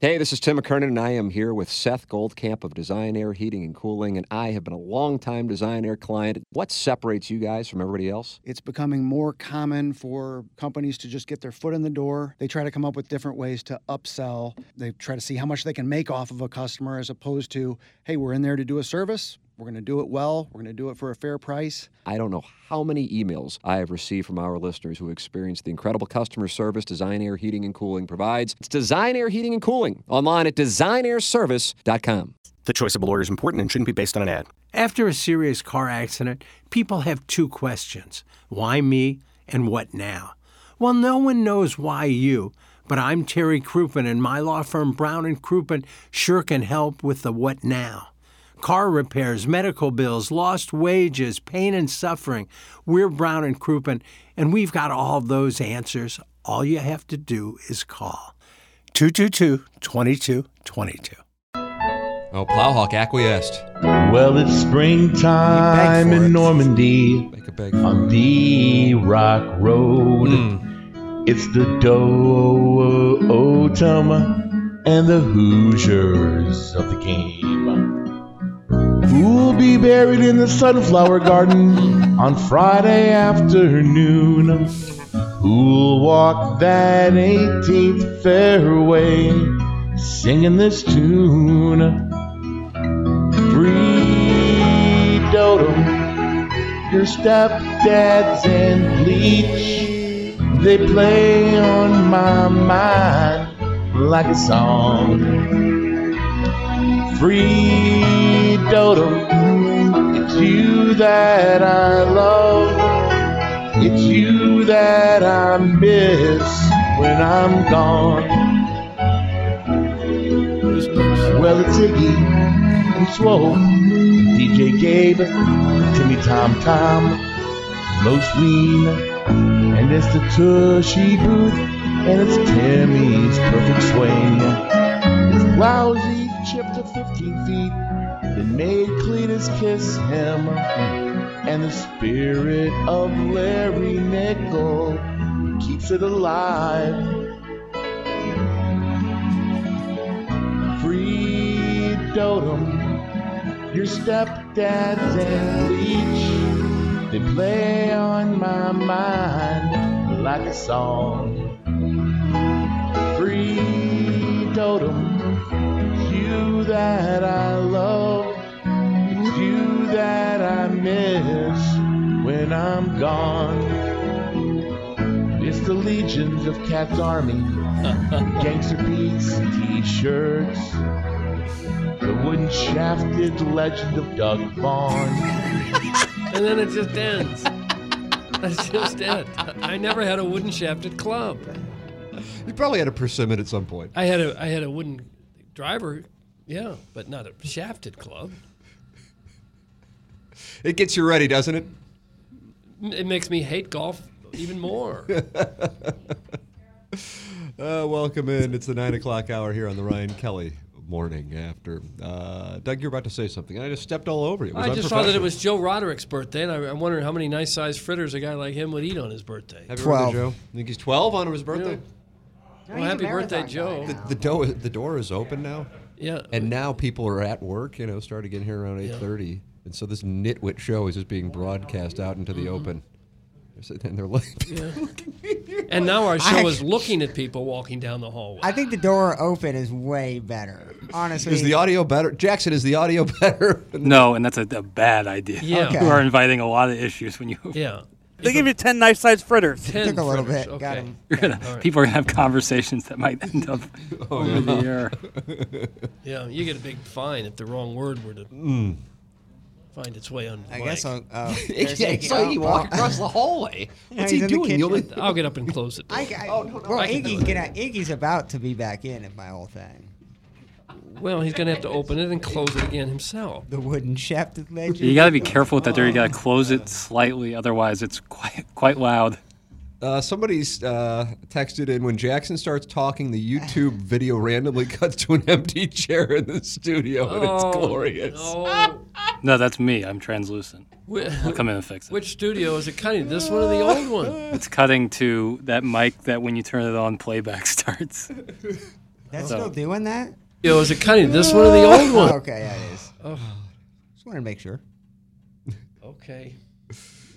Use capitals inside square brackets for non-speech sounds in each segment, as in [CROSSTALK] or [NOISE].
Hey, this is Tim McKernan, and I am here with Seth Goldcamp of Design Air Heating and Cooling, and I have been a longtime Design Air client. What separates you guys from everybody else? It's becoming more common for companies to just get their foot in the door. They try to come up with different ways to upsell. They try to see how much they can make off of a customer as opposed to, hey, we're in there to do a service. We're going to do it well. We're going to do it for a fair price. I don't know how many emails I have received from our listeners who experience the incredible customer service Design Air Heating and Cooling provides. It's Design Air Heating and Cooling online at designairservice.com. The choice of a lawyer is important and shouldn't be based on an ad. After a serious car accident, people have two questions why me and what now? Well, no one knows why you, but I'm Terry Crouppen, and my law firm Brown and Crouppen sure can help with the what now car repairs, medical bills, lost wages, pain and suffering. We're Brown and Crouppen, and we've got all those answers. All you have to do is call 222 2222. Oh, Plowhawk acquiesced. Well, it's springtime He begged for it. in Normandy Make a beg on the Rock Road. It's the Dotem and the Hoosiers of the game. Who'll be buried in the sunflower garden on Friday afternoon? Who'll walk that 18th fairway singing this tune? Free Dotem, your stepdad's in bleach. They play on my mind like a song. Free Dotem, it's you that I love. It's you that I miss when I'm gone. Well, it's Iggy and Swole, DJ Gabe, Timmy Tom Tom, Los Ween. And it's the Tushy Booth, and it's Timmy's perfect swing. It's lousy chip to 15 feet that made Cletus kiss him. And the spirit of Larry Nickel keeps it alive. Free Dotem, your stepdad's and leech. They play on my mind like a song. Free totem, it's you that I love, it's you that I miss when I'm gone. It's the legions of Cat's Army, [LAUGHS] Gangster Beats t-shirts, the wooden shafted legend of Doug Vaughn. and then it just ends. That's just it. I never had a wooden shafted club. You probably had a persimmon at some point. I had a I had a wooden driver, yeah, but not a shafted club. It gets you ready, doesn't it? It makes me hate golf even [LAUGHS] more. Uh, welcome in. It's the nine o'clock hour here on the Ryan Kelly morning after. Uh, Doug, you're about to say something, and I just stepped all over you. It was I just saw that it unprofessional. was Joe Roderick's birthday, and I, I'm wondering how many nice sized fritters a guy like him would eat on his birthday. Happy birthday, 12. Joe. You think he's 12 on his birthday? Well, happy birthday, Joe. The, the, door, the door is open now, Yeah. and now people are at work, you know, started getting here around 8.30. And so this nitwit show is just being broadcast out into Mm-hmm. the open. They're sitting and they're like, And now our show I- is looking at people walking down the hallway. I think the door open is way better. Honestly, is the audio better? Jackson, is the audio [LAUGHS] better? No, and that's a, a bad [LAUGHS] idea. Yeah. Okay. You are inviting a lot of issues when you. [LAUGHS] yeah. They give you 10 knife sized fritters. Ten took a little fritters, bit. Got okay. him. You're gonna, People are going to have conversations that might end [LAUGHS] up Oh, over the air. [LAUGHS] Yeah, you get a big fine if the wrong word were to find its way on. Mm. I mic. guess so. [LAUGHS] Oh, there's Yeah, Iggy. so Oh, he well, walked across the [LAUGHS] hallway. What's he's he doing? in the Oh, kitchen. You only- I'll get up and close it. I, I, well, I can do Iggy, it. gonna, Iggy's about to be back in at my whole thing. Well, he's going to have to open it and close it again himself. The wooden shafted legend. You got to be careful with that door. You got to close it slightly, otherwise it's quite quite loud. Uh, somebody's uh, texted in when Jackson starts talking, [LAUGHS] the YouTube video randomly cuts to an empty chair in the studio, and it's glorious. Oh, No. No, that's me. I'm translucent. Whi- I'll come in and fix it. Which studio is it cutting? This one or the old one? It's cutting to that mic that when you turn it on, playback starts. That's still doing that? Oh, It was a kind of this one or the old one. Okay, yeah, it is. Oh. Just wanted to make sure. Okay.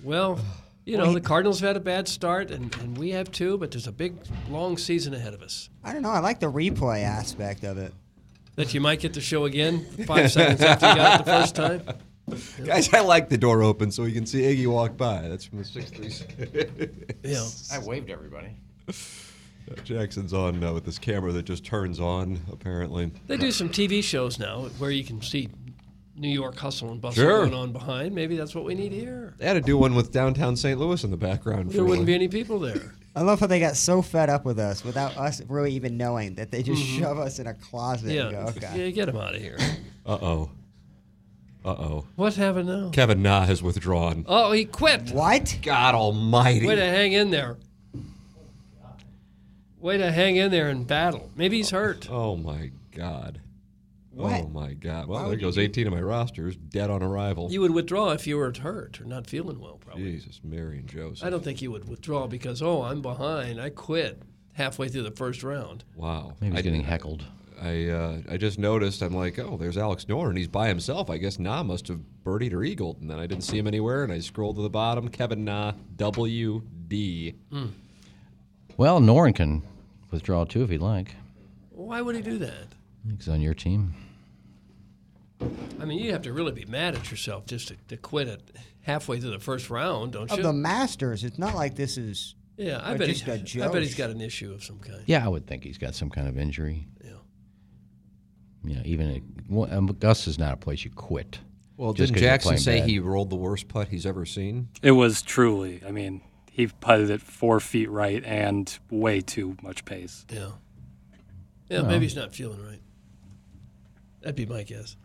Well, you know, the Cardinals have had a bad start, and, and we have too, but there's a big, long season ahead of us. I don't know. I like the replay aspect of it. That you might get the show again five seconds after you got it the first time. Guys, I like the door open so you can see Iggy walk by. That's from [LAUGHS] the 60s. Yeah. I waved everybody. Jackson's on uh, with this camera that just turns on, apparently. They do some TV shows now where you can see New York hustle and bustle Sure. going on behind. Maybe that's what we need here. They had to do one with downtown St. Louis in the background. There wouldn't be any people there. I love how they got so fed up with us without us really even knowing that they just shove us in a closet Mm-hmm. Yeah. and go, okay. Yeah, get them out of here. Uh oh. Uh oh. What happened now? Kevin Na has withdrawn. Oh, he quit. What? God almighty. Way to hang in there. Way to hang in there and battle. Maybe he's hurt. Oh my God. Oh What? my God. Well, there goes 18 of my rosters dead on arrival. You would withdraw if you were hurt or not feeling well, probably. Jesus, Mary and Joseph. I don't think you would withdraw because, oh, I'm behind. I quit halfway through the first round. Wow. Maybe I, he's getting heckled. I, uh, I just noticed. I'm like, oh, there's Alex Noren. He's by himself. I guess Na must have birdied or eagled, and then I didn't see him anywhere. And I scrolled to the bottom. Kevin Na, W D. Well, Noren can withdraw too if he'd like. Why would he do that? He's on your team. I mean, you have to really be mad at yourself just to, to quit it halfway through the first round, don't Of you? the Masters, it's not like this is. yeah, I or bet, just he's, a I bet he's joke. got an issue of some kind. Yeah, I would think he's got some kind of injury. Yeah. You know, even at, well, um, Gus is not a place you quit. Well, just didn't 'cause you're Jackson playing say bad. he rolled the worst putt he's ever seen? It was truly. I mean, he putted it four feet right and way too much pace. Yeah. Yeah, maybe he's not feeling right. That'd be my guess.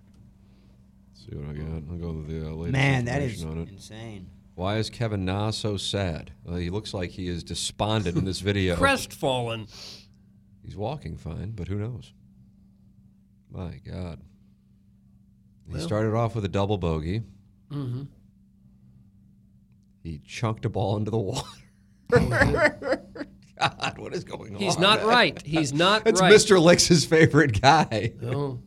Let's see what I got. I'll go to the uh, latest Man, that is information on it. insane. Why is Kevin Na so sad? Well, he looks like he is despondent [LAUGHS] in this video. Crestfallen. He's walking fine, but who knows? My God. He started off with a double bogey. Mm-hmm. He chunked a ball into [LAUGHS] the water. Oh, God, what is going on? [LAUGHS] He's not right. He's [LAUGHS] not That's right. Mr. Licks's favorite guy. Oh,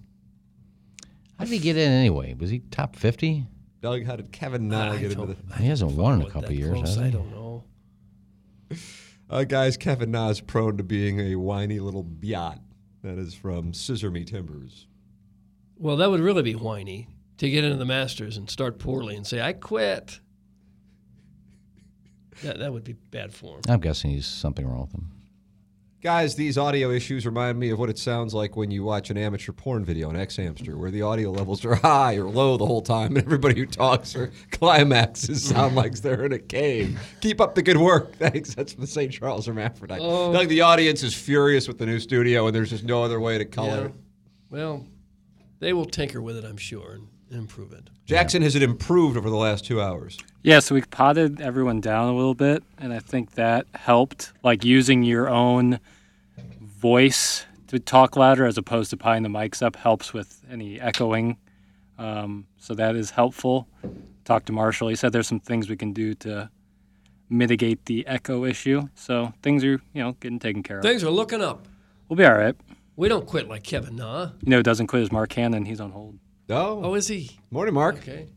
How did he get in anyway? Was he top 50? Doug, how did Kevin Na I get into don't- the? He hasn't won in a that couple years, close, has I he? don't know. Uh, guys, Kevin Na is prone to being a whiny little biot. That is from Scissor Me Timbers. Well, that would really be whiny to get into the Masters and start poorly and say, I quit. That, that would be bad form. I'm guessing he's something wrong with him. Guys, these audio issues remind me of what it sounds like when you watch an amateur porn video on X Hamster, where the audio levels are [LAUGHS] high or low the whole time, and everybody who talks or [LAUGHS] climaxes sound like they're in a cave. Keep up the good work. [LAUGHS] Thanks. That's from the St. Charles Hermaphrodite. Doug, the audience is furious with the new studio, and there's just no other way to color Yeah. it. Well, they will tinker with it, I'm sure, and improve it. Jackson, has it improved over the last two hours? Yeah, so we potted everyone down a little bit, and I think that helped. Like using your own voice to talk louder as opposed to pieing the mics up helps with any echoing. Um, so that is helpful. Talked to Marshall. He said there's some things we can do to mitigate the echo issue. So things are, you know, getting taken care of. Things are looking up. We'll be all right. We don't quit like Kevin Nah. You know, who doesn't quit is Mark Cannon. He's on hold. No. Oh, is he? Morning, Mark. Okay.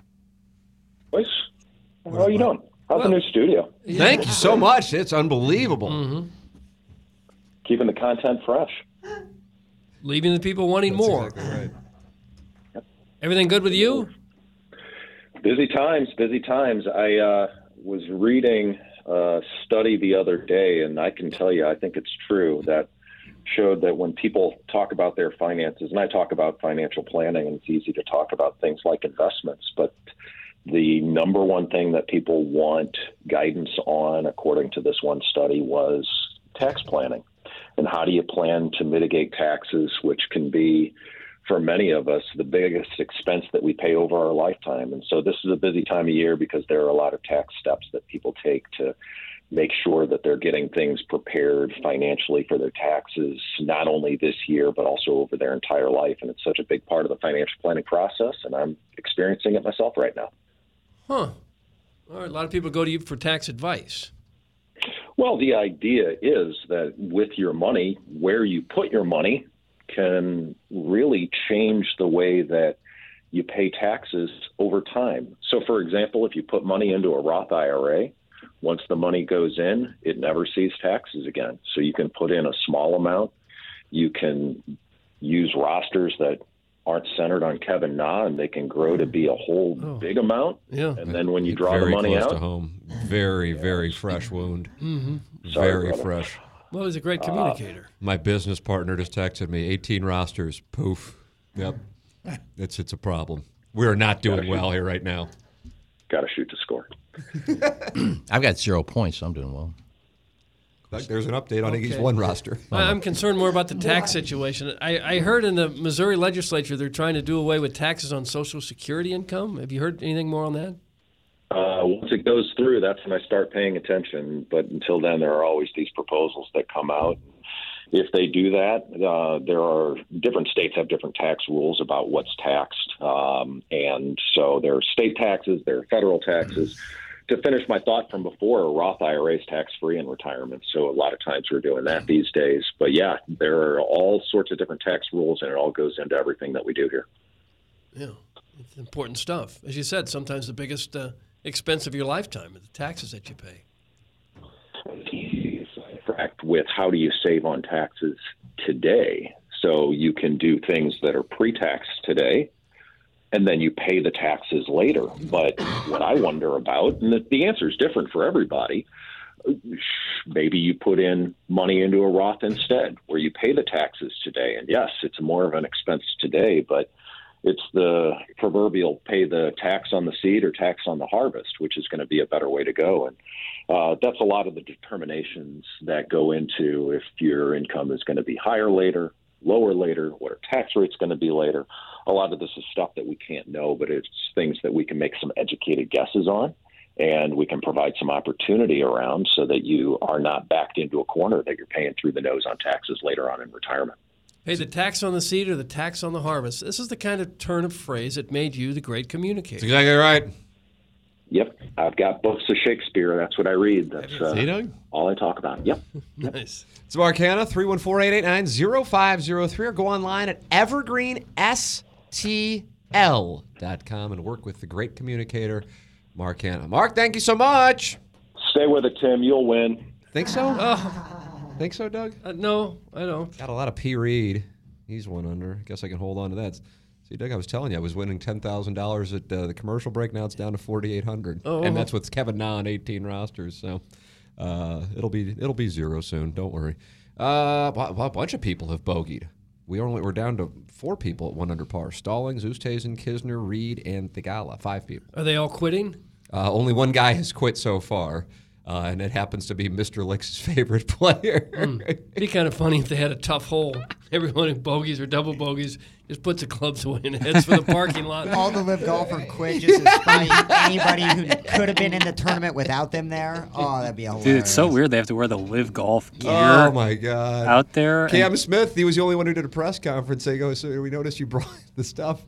Boys, how are you doing? How's the new studio? Thank you so much. It's unbelievable. Keeping the content fresh. Leaving the people wanting more. Everything good with you? Busy times, busy times. I uh, was reading a study the other day, and I can tell you, I think it's true that showed that when people talk about their finances, and I talk about financial planning, and it's easy to talk about things like investments, but the number one thing that people want guidance on, according to this one study, was tax planning. And how do you plan to mitigate taxes, which can be for many of us the biggest expense that we pay over our lifetime. And so this is a busy time of year because there are a lot of tax steps that people take to make sure that they're getting things prepared financially for their taxes, not only this year, but also over their entire life. And it's such a big part of the financial planning process. And I'm experiencing it myself right now. Huh. All right, a lot of people go to you for tax advice. Well, the idea is that with your money, where you put your money can really change the way that you pay taxes over time. So, for example, if you put money into a Roth IRA, once the money goes in, it never sees taxes again. So, you can put in a small amount. You can use rosters that aren't centered on Kevin Na, and they can grow to be a whole Oh. big amount. Yeah. And then when you Get draw very the money close out, to home. Very, very fresh wound. Mhm. Sorry, very brother. fresh. Well, he's a great communicator. Uh, My business partner just texted me 18 rosters. Poof. Yep. It's it's a problem. We are not doing well here right now. Got to shoot to score. I've got zero points. So I'm doing well. There's an update on Iggy's Okay. one roster. I- I'm concerned more about the tax situation. I, I heard in the Missouri legislature they're trying to do away with taxes on Social Security income. Have you heard anything more on that? Uh, once it goes through, that's when I start paying attention. But until then, there are always these proposals that come out. If they do that, uh, there are different states have different tax rules about what's taxed. Um, and so there are state taxes, there are federal taxes. To finish my thought from before, a Roth IRA is tax free in retirement. So a lot of times we're doing that these days. But yeah, there are all sorts of different tax rules, and it all goes into everything that we do here. Yeah, it's important stuff. As you said, sometimes the biggest uh, expense of your lifetime are the taxes that you pay. contract with how do you save on taxes today. So you can do things that are pre tax today and then you pay the taxes later. But what I wonder about, and the, the answer is different for everybody, maybe you put in money into a Roth instead where you pay the taxes today. And yes, it's more of an expense today, but it's the proverbial pay the tax on the seed or tax on the harvest, which is going to be a better way to go. And uh, that's a lot of the determinations that go into if your income is going to be higher later, lower later, what our tax rate's going to be later. A lot of this is stuff that we can't know, but it's things that we can make some educated guesses on. And we can provide some opportunity around so that you are not backed into a corner that you're paying through the nose on taxes later on in retirement. Pay the tax on the seed or the tax on the harvest. This is the kind of turn of phrase that made you the great communicator. exactly right. Yep, I've got books of Shakespeare. That's what I read. That's uh, See, Doug? all I talk about. Yep. [LAUGHS] Nice. It's Marcana, 314-889-0503, or go online at evergreenstl.com and work with the great communicator, Mark Hanna. Mark, thank you so much. Stay with it, Tim. You'll win. Think so? Oh. Think so, Doug? Uh, no, I don't. Got a lot of P. Reed. He's one under. I guess I can hold on to that. See, Doug, I was telling you, I was winning ten thousand dollars at uh, the commercial break. Now it's down to forty eight hundred, Oh. and that's with Kevin Na on eighteen rosters. So uh, it'll be it'll be zero soon. Don't worry. Uh, bu- bu- a bunch of people have bogeyed. We only we're down to four people at one under par: Stallings, Ustazen, Kisner, Reed, and Thigala. Five people. Are they all quitting? Uh, only one guy has quit so far, uh, and it happens to be Mr. Lick's favorite [LAUGHS] player. It'd be kind of funny if they had a tough hole. [LAUGHS] Everyone in bogeys or double bogeys just puts the clubs away and heads for the parking lot. All the live golfer quit just to spite anybody who could have been in the tournament without them there. Oh, that'd be hilarious. Dude, it's so weird. They have to wear the live golf gear. Oh my God! Out there, and- Cam Smith. He was the only one who did a press conference. They go, "So we noticed you [LAUGHS] brought the stuff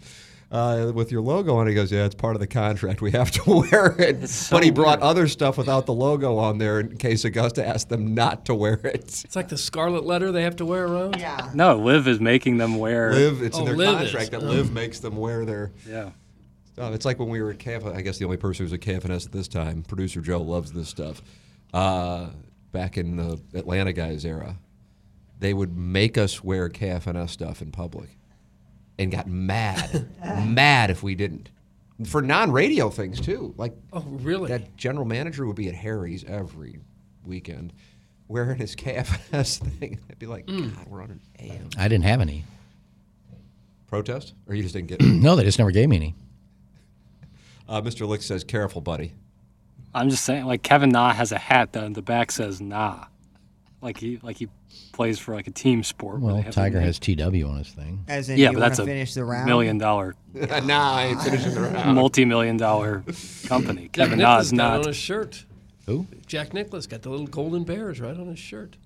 uh, with your logo on." it." He goes, "Yeah, it's part of the contract. We have to [LAUGHS] wear it." so but he brought other stuff without the logo on there in case Augusta asked them not to wear it. It's like the scarlet letter they have to wear around. Yeah. No, Liv is making them wear. Live. It's Oh, in their Liv contract is. that Oh. Live makes them wear their. Yeah. stuff. It's like when we were at KFNS. I guess the only person who was at KFNS at this time. Producer Joe loves this stuff. Uh, back in the Atlanta guys era, they would make us wear KFNS stuff in public. and got mad, mad if we didn't. For non-radio things too, like oh really? That general manager would be at Harry's every weekend, wearing his [LAUGHS] KFS thing. I'd be like, God, we're on an AM I didn't have any. protest, or you just didn't get. it? no, they just never gave me any. uh, Mr. Lick says, "Careful, buddy." I'm just saying, like Kevin Na has a hat that on the back says Nah, like he like he plays for like a team sport. where Well, they have the Tiger name. has TW on his thing. As in, yeah, you but wanna that's a finish the round? million dollar, [LAUGHS] nah, I ain't finishing the round. multi-million dollar company. Jack Kevin Na Nicklaus is got it not. on his shirt. Who? Jack Nicholas got the little golden bears right on his shirt.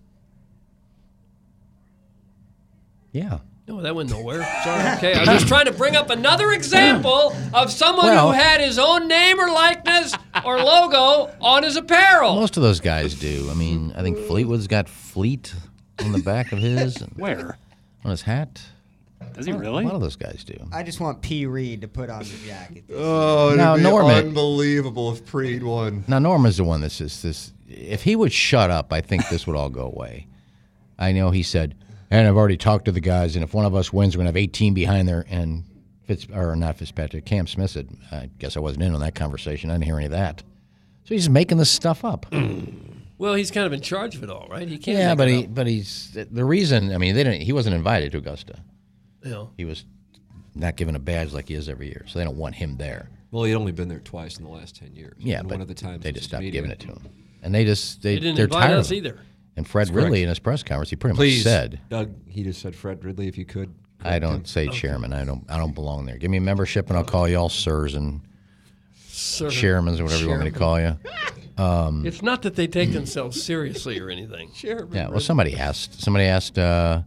Yeah. No, that went nowhere. Sorry. Okay, I was just trying to bring up another example of someone Well- who had his own name or likeness or logo on his apparel. Most of those guys do. I mean, I think Fleetwood's got Fleet on the back of his. Where? on his hat. Does he A lot- really? A lot of those guys do. I just want P. Reed to put on the jacket. [LAUGHS] Oh, it'd Now, be Norman- unbelievable if Preed won. Now Norman's the one that's just this. If he would shut up, I think this would all go away. I know he said, and I've already talked to the guys, and if one of us wins, we're gonna have 18 behind there. And Fitz or not Fitzpatrick, Cam Smith said, I guess I wasn't in on that conversation. I didn't hear any of that. So he's just making this stuff up. Well, he's kind of in charge of it all, right? He can't. yeah, make but it he, but he's the reason. I mean, they didn't. He wasn't invited to Augusta. Yeah. He was not given a badge like he is every year, so they don't want him there. Well, he'd only been there twice in the last ten years. Yeah, and but one of the times they was his just stopped media. giving it to him, and they just they, They didn't are invite tired us of him. either. And Fred That's correct. Ridley in his press conference, he pretty Please, much said, Doug. He just said, "Fred Ridley, if you could." "I don't Oh. say chairman. I don't. I don't belong there. Give me a membership, and I'll call you all sirs and Sir. chairmans or whatever you want me to call you." Um, It's not that they take themselves seriously or anything. Sure. yeah. Well, somebody asked. Somebody asked. Uh,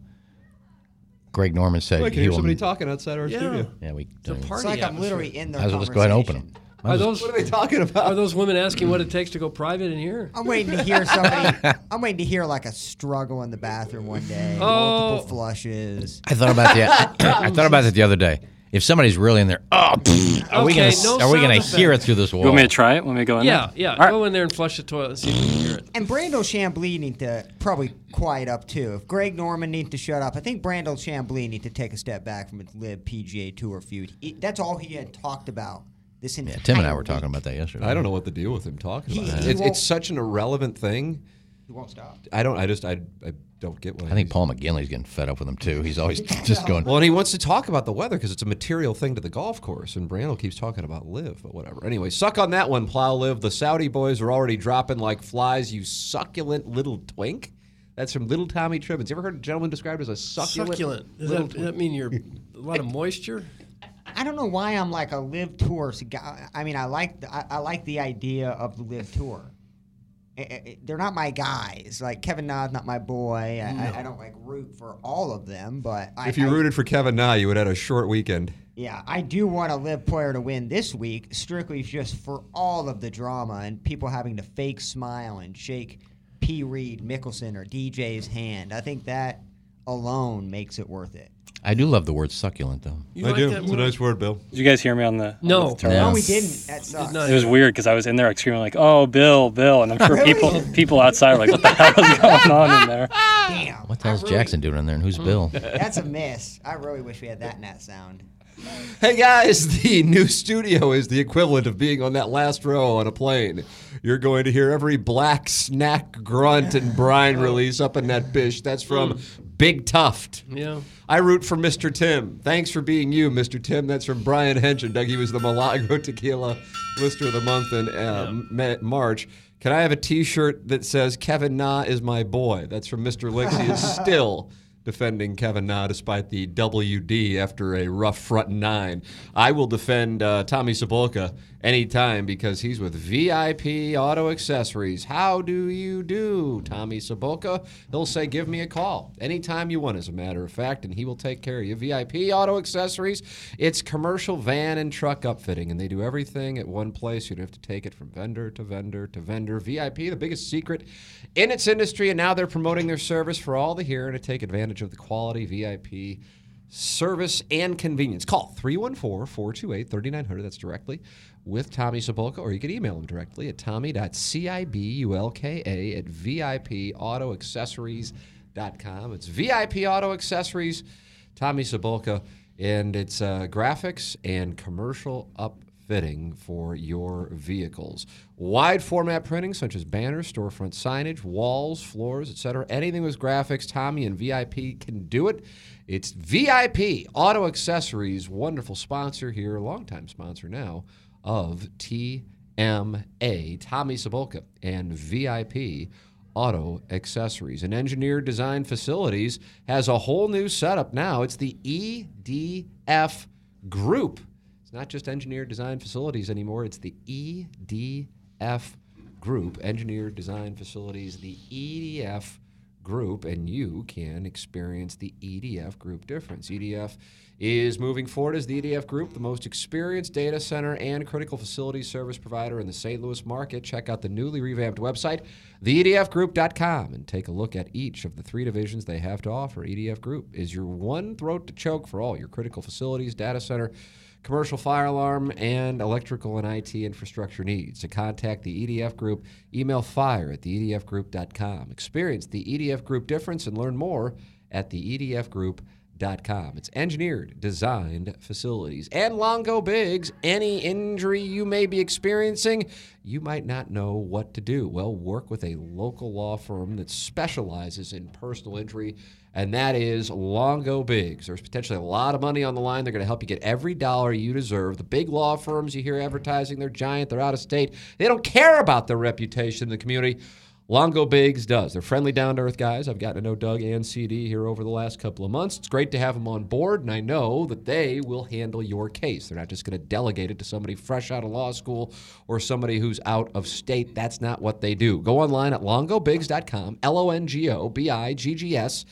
Greg Norman said, I can he hear will- somebody talking outside our Yeah. studio. Yeah, we It's a don't even- party It's like I'm atmosphere. literally in their Might as well just go ahead and open them. Might Are as well- those, What are they talking about? Are those women asking what it takes to go private in here? I'm waiting to hear somebody. I'm waiting to hear like a struggle in the bathroom one day, Oh. multiple flushes. I thought about that. [COUGHS] I thought about that the other day. If somebody's really in there, oh, pfft, are we Okay, gonna s- no are we sound gonna hear it effect. through this wall? You want me to try it? Want me to go in Yeah, there? yeah. All right. Go in there and flush the toilet and see if you can hear it. And Brando Chambly need to probably quiet up too. If Greg Norman needs to shut up, I think Brando Chambly need to take a step back from his lib PGA Tour feud. He- that's all he had talked about. This entire Yeah, Tim and I were week. talking about that yesterday. I don't know what the deal with him talking He- about. he It's, won't- it's such an irrelevant thing. He won't stop. I don't. I just. I. I don't get why. I think he's- Paul McGinley's getting fed up with him too. He's [LAUGHS] always [LAUGHS] just going. Well, and he wants to talk about the weather because it's a material thing to the golf course. And Brandel keeps talking about live, but whatever. Anyway, suck on that one, plow live. The Saudi boys are already dropping like flies. You succulent little twink. That's from Little Tommy Tribbins. You ever heard a gentleman described as a succulent? Succulent. Does little that, does that mean you're a lot of moisture? I don't know why I'm like a live tour guy. I mean, I like the, I, I like the idea of the live tour. I- I- I- they're not my guys. Like Kevin Na's not my boy. I, I, I don't like root for all of them, but I, If you I- rooted for Kevin Na, you would have had a short weekend. yeah, I do want a live player to win this week, strictly just for all of the drama and people having to fake smile and shake P. Reed, Mickelson, or DJ's hand. I think that alone makes it worth it. I do love the word succulent though. You like that word? word, Bill. Did you guys hear me on the? [LAUGHS] No. No, we didn't. That sucks. not- It was weird because I was in there like screaming like, "Oh, Bill, Bill!" And I'm sure people people outside were like, "What the hell is going on in there?" Damn. What the I hell's really- Jackson doing in there? And who's Bill? That's a miss. I really wish we had that in that sound. Hey guys, [LAUGHS] the new studio is the equivalent of being on that last row on a plane. You're going to hear every black snack grunt and [LAUGHS] brine release up in that bish. That's from Big Tuft. Hmm. Yeah. I root for Mr. Tim. Thanks for being you, Mr. Tim. That's from Brian Henson. Doug, he was the Milagro [LAUGHS] Tequila Lister of the Month in uh, Ma- March. Can I have a T-shirt that says Kevin Na is my boy? That's from Mr. Lix. He is still defending Kevin Na despite the WD after a rough front nine. I will defend uh, Tommy Sabolka anytime because he's with VIP Auto Accessories. How do you do, Tommy Sabolka? He'll say, give me a call anytime you want, as a matter of fact, and he will take care of you. VIP Auto Accessories, it's commercial van and truck upfitting, and they do everything at one place. You don't have to take it from vendor to vendor to vendor. VIP, the biggest secret in its industry, and now they're promoting their service for all the here to take advantage of the quality VIP service and convenience. Call 314-428-3900. That's directly with Tommy Sabolka, or you can email him directly at tommy.cibulka at vipautoaccessories.com. It's VIP Auto Accessories, Tommy Sabolka, and it's uh, graphics and commercial upfitting for your vehicles. Wide format printing such as banners, storefront signage, walls, floors, etc. Anything with graphics, Tommy and VIP can do it. It's VIP Auto Accessories, wonderful sponsor here, longtime sponsor now of TMA, Tommy Sabolka and VIP Auto Accessories. An engineer designed facilities has a whole new setup now. It's the EDF Group. It's not just engineer design facilities anymore, it's the E E EDF Group, Engineer Design Facilities, the EDF group, and you can experience the EDF group difference. EDF is moving forward as the EDF group, the most experienced data center and critical facility service provider in the St. Louis market. Check out the newly revamped website, E theedfgroup.com, and take a look at each of the three divisions they have to offer. EDF Group is your one throat to choke for all your critical facilities, data center, commercial fire alarm, and electrical and IT infrastructure needs. To contact the EDF Group, email fire at E theedfgroup.com. Experience the EDF Group difference and learn more at E theedfgroup.com. It's engineered, designed facilities. And Longo Biggs, any injury you may be experiencing, you might not know what to do. Well, work with a local law firm that specializes in personal injury and that is Longo Biggs. There's potentially a lot of money on the line. They're going to help you get every dollar you deserve. The big law firms you hear advertising, they're giant, they're out of state. They don't care about their reputation in the community. Longo Biggs does. They're friendly, down to earth guys. I've gotten to know Doug and CD here over the last couple of months. It's great to have them on board, and I know that they will handle your case. They're not just going to delegate it to somebody fresh out of law school or somebody who's out of state. That's not what they do. Go online at longobiggs.com, L O N G O B I G G S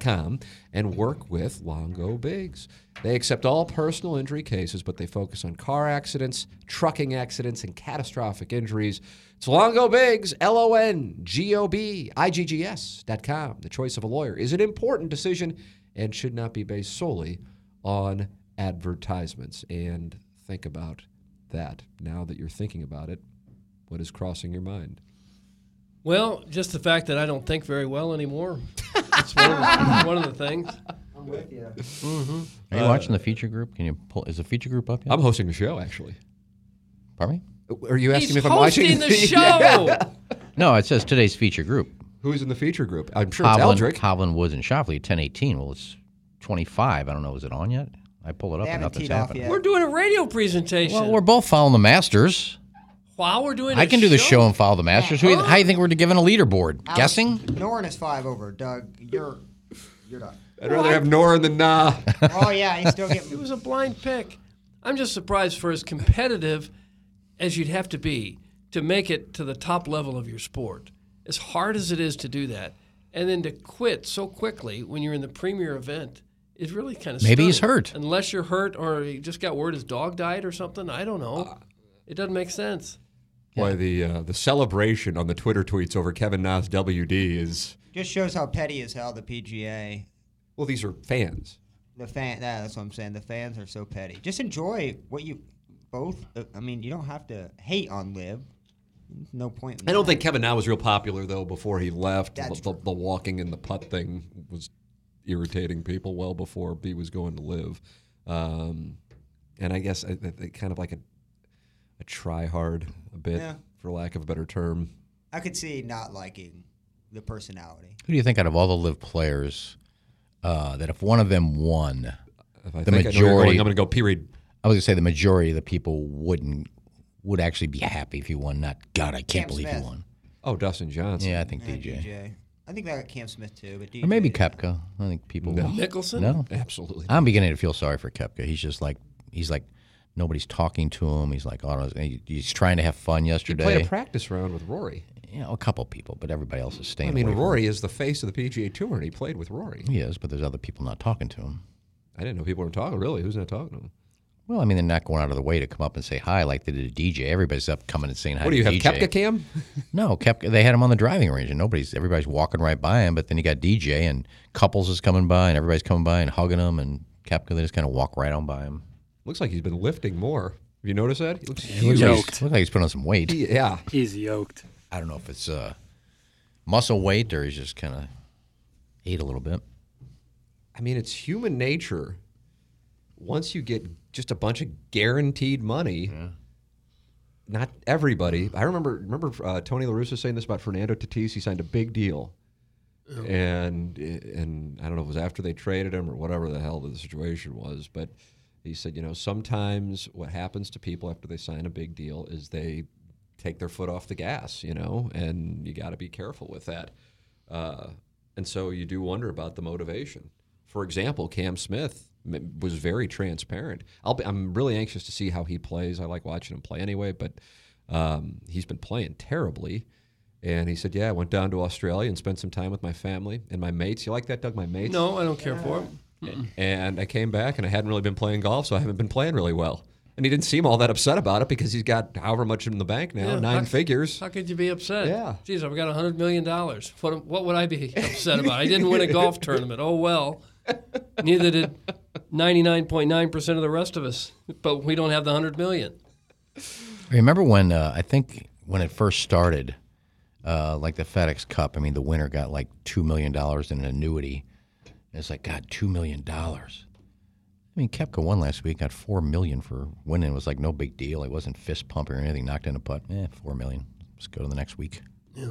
com and work with Longo Biggs. They accept all personal injury cases, but they focus on car accidents, trucking accidents, and catastrophic injuries. It's Longo Biggs, L O N G O B I G G S dot com. The choice of a lawyer is an important decision and should not be based solely on advertisements. And think about that now that you're thinking about it. What is crossing your mind? Well, just the fact that I don't think very well anymore. That's one of the, one of the things. I'm with you. Mm-hmm. Are you Uh, watching the feature group? Can you pull? Is the feature group up yet? I'm hosting the show, actually. Pardon Are you asking He's me if I'm watching hosting [LAUGHS] [LAUGHS] the show. me? No, it says today's feature group. Who's in the feature group? I'm sure Hovland, it's Eldrick. Hovland, Woods, and Shoffley, ten eighteen. Well, it's twenty five. I don't know. Is it on yet? I pull it up They and haven't nothing's teed off happening. We're doing a radio presentation. Well, we're both following the Masters. wow, we're doing. I a can do the show and follow the Masters. Who, Huh? how do you think we're given a leaderboard? Alex, Guessing? Norin is five over. Doug, you're [LAUGHS] you're done. I'd rather have Nora than Nah. Oh yeah, he's still getting. It was a blind pick. I'm just surprised for as competitive as you'd have to be to make it to the top level of your sport. As hard as it is to do that, and then to quit so quickly when you're in the premier event is really kind of Maybe he's hurt. Unless you're hurt or you just got word his dog died or something. I don't know. It doesn't make sense. Why the uh, the celebration on the Twitter tweets over Kevin Nas WD is Just shows how petty is hell the PGA. well, these are fans. The fan. yeah, that's what I'm saying. The fans are so petty. Just enjoy what you both. uh, I mean, you don't have to hate on live. No point. In I don't that. think Kevin Na was real popular though before he left. The, That's the, the walking and the putt thing was irritating people well before he was going to live. Um, and I guess I, I, I- kind of like a a try hard a bit, Yeah. for lack of a better term. I could see not liking the personality. Who do you think out of all the live players uh, that if one of them won, If I the think I know where you're majority? going, I'm gonna go P. Reid. I was gonna say the majority of the people wouldn't would actually be happy if he won. Not God, I can't Cam believe he Smith. won. Oh, Dustin Johnson. Yeah, I think Yeah, DJ. DJ. I think I got Cam Smith too, but DJ. Or maybe Kepka. I think people. No. Mickelson? No, Absolutely I'm beginning to feel sorry for Kepka. He's just like he's like nobody's talking to him. He's like, oh, he- he's trying to have fun He yesterday. played a practice round with Rory. you know, a couple people, but everybody else is staying. I mean, away from Rory is the face of the PGA Tour, and he played with Rory. him. He is, but there's other people not talking to him. I didn't know people were talking. Really, who's not talking to him? Well, I mean, they're not going out of the way to come up and say hi like they did to DJ. Everybody's up coming and saying hi. What do you to have, DJ. Kepka Cam? [LAUGHS] No, Kepka. They had him on the driving range, and nobody's. Everybody's walking right by him. But then you got DJ, E and couples is coming by, and everybody's coming by and hugging him, and Kepka. They just kind of walk right on by him. Looks like he's been lifting more. Have you noticed that? He looks He looks huge. like he's- looks like he's put on some weight. He- yeah. He's yoked. I don't know if it's uh, muscle weight or he's just kind of ate a little bit. I mean, it's human nature. Once you get just a bunch of guaranteed money, not everybody. I remember remember uh, Tony La Russa saying this about Fernando Tatis. He signed a big deal, and and I don't know if it was after they traded him or whatever the hell the situation was, but he said, you know, sometimes what happens to people after they sign a big deal is they take their foot off the gas, you know, and you got to be careful with that. Uh, and so you do wonder about the motivation. For example, Cam Smith m- was very transparent. I'll be, I'm really anxious to see how he plays. I like watching him play anyway, but um, he's been playing terribly. And he said, "Yeah, I went down to Australia and spent some time with my family and my mates. You like that, Doug? My mates? No, I don't care for it. Mm-mm. And I came back and I hadn't really been playing golf, so I haven't been playing really well. And he didn't seem all that upset about it because he's got however much in the bank now, Yeah, nine how- figures. How could you be upset? Yeah. Geez, I've got $100 million. What, what would I be [LAUGHS] upset about? I didn't win a golf tournament. Oh, well. Neither did 99.9% of the rest of us, but we don't have the 100 million. Remember when uh, I think when it first started, uh, like the FedEx Cup. I mean, the winner got like two million dollars in an annuity. And it's like God, two million dollars. I mean, Kepka won last week, got four million for winning. It was like no big deal. It wasn't fist pumping or anything. Knocked in a putt. Eh, four million. Let's go to the next week. Yeah.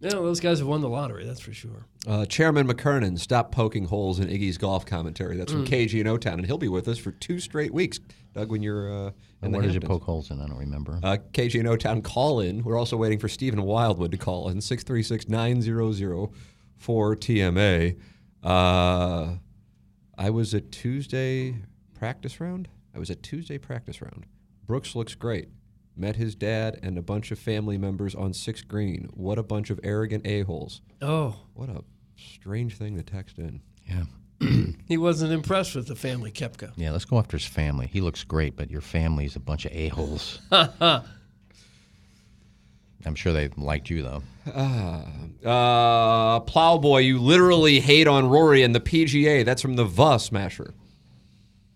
Yeah, those guys have won the lottery, that's for sure. Uh, Chairman McKernan, stop poking holes in Iggy's golf commentary. That's from Mm. KG in O Town, and he'll be with us for two straight weeks. Doug, when you're uh, in And the where did you Hamptons. poke holes in? I don't remember. Uh, KG and O Town call in. We're also waiting for Stephen Wildwood to call in 636 900 for TMA. Uh, I was at Tuesday practice round. I was at Tuesday practice round. Brooks looks great. Met his dad and a bunch of family members on six green. What a bunch of arrogant a-holes. Oh. What a strange thing to text in. Yeah. He wasn't impressed with the family Kepka. Yeah, let's go after his family. He looks great, but your family's a bunch of a [LAUGHS] holes. I'm sure they liked you though. Ah. Uh, Plowboy, you literally hate on Rory and the PGA. That's from the Vuh Smasher.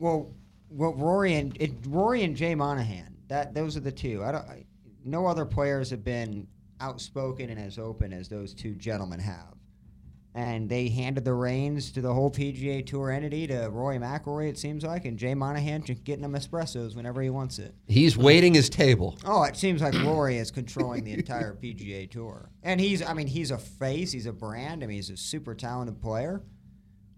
Well, well, Rory and it, Rory and Jay Monahan. That those are the two. I don't. I, no other players have been outspoken and as open as those two gentlemen have. And they handed the reins to the whole PGA Tour entity to Rory McIlroy. It seems like, and Jay Monahan just getting them espressos whenever he wants it. He's waiting his table. Oh, it seems like Rory is controlling the entire PGA Tour, and he's—I mean—he's a face, he's a brand. I mean, he's a super talented player,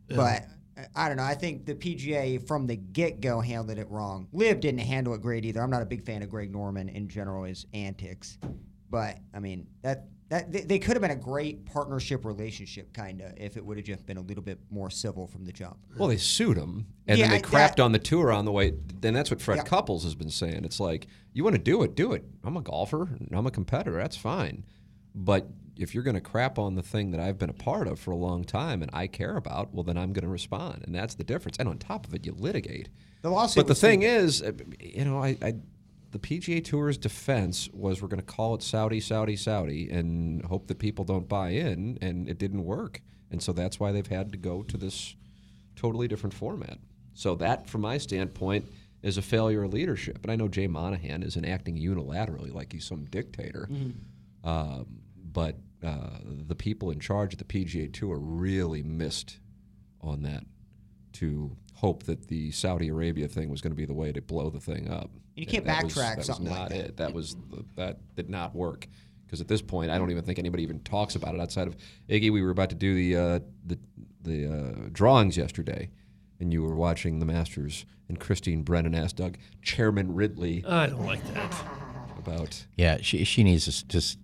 Yeah. but I- I don't know. I think the PGA from the get-go handled it wrong. Liv didn't handle it great either. I'm not a big fan of Greg Norman in general his antics, but I mean that that they, they could have been a great partnership relationship, kinda, if it would have just been a little bit more civil from the jump. Well, they sued him, and Yeah, then they I- crapped on the tour on the way. Then that's what Fred Yeah. Couples has been saying. It's like you want to do it, do it. I'm a golfer, and I'm a competitor. That's fine, but if you're going to crap on the thing that I've been a part of for a long time and I care about, well, then I'm going to respond, and that's the difference. And on top of it, you litigate. The lawsuit But the was thing is, uh, you know, I. I the PGA Tour's defense was we're going to call it Saudi, Saudi, Saudi, and hope that people don't buy in, and it didn't work, and so that's why they've had to go to this totally different format. So that, from my standpoint, is a failure of leadership. And I know Jay Monahan isn't acting unilaterally like he's some dictator, Mhm. um, but uh, the people in charge of the PGA Tour really missed on that to hope that the Saudi Arabia thing was going to be the way to blow the thing up. You can't And that was- backtrack that was something like not that. it. That was that did not work. Because at this point, I don't even think anybody even talks about it outside of Iggy. We were about to do the uh, the, the uh, drawings yesterday, and you were watching the Masters. And Christine Brennan asked Doug Chairman Ridley I don't like that. about Yeah, she she needs to s- just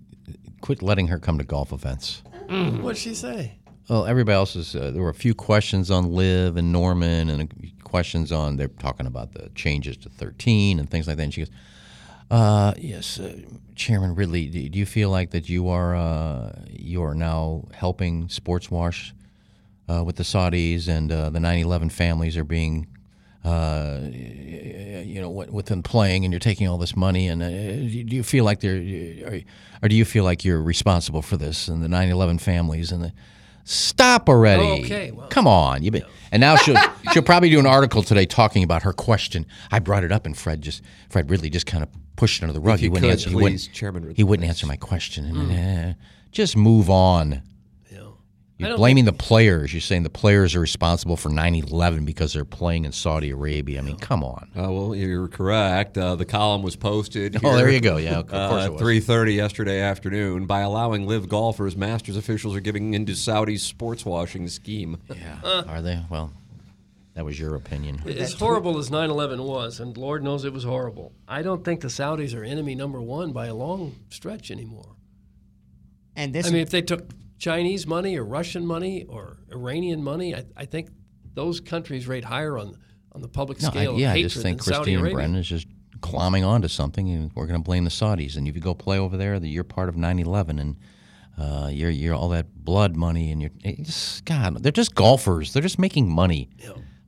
quit letting her come to golf events. What'd she say? Well, everybody else is. Uh, there were a few questions on Liv and Norman, and uh, questions on they're talking about the changes to thirteen and things like that. And she goes, uh, "Yes, uh, Chairman Ridley, do, do you feel like that you are uh, you are now helping sports wash uh, with the Saudis and uh, the 9/11 families are being." Uh, you know, with with them playing, and you're taking all this money, and uh, do you feel like they're, are you- or do you feel like you're responsible for this and the 9/11 families and the Stop already! Okay, Come on, you. Been, and [LAUGHS] now she'll she'll probably do an article today talking about her question. I brought it up, and Fred just Fred Ridley just kind of pushed it under the rug. If you could, he wouldn't- please, Chairman Ridley, He wouldn't answer my question. Eh, Just move on. Hmm. I You're don't blaming the players. You're saying the players are responsible for 9/11 because they're playing in Saudi Arabia. I mean, come on. Uh, well, you're correct. Uh, the column was posted. Oh, here, there you go. Yeah, of uh, course it was. Three thirty yesterday afternoon. By allowing live golfers, Masters officials are giving into Saudi's sports washing scheme. Yeah, are they? Well, that was your opinion. As horrible as 9 11 was, and Lord knows it was horrible, I don't think the Saudis are enemy number one by a long stretch anymore. And this, I mean, if they took Chinese money or Russian money or Iranian money, I, I think those countries rate higher on on the public No, I, scale. yeah, of I hatred just think than Saudi Christine Arabia. Brennan is just glomming onto something, and we're going to blame the Saudis. And if you go play over there, that you're part of 9/11, and uh, you're you're all that blood money, and you're it's just, God, they're just golfers. They're just making money.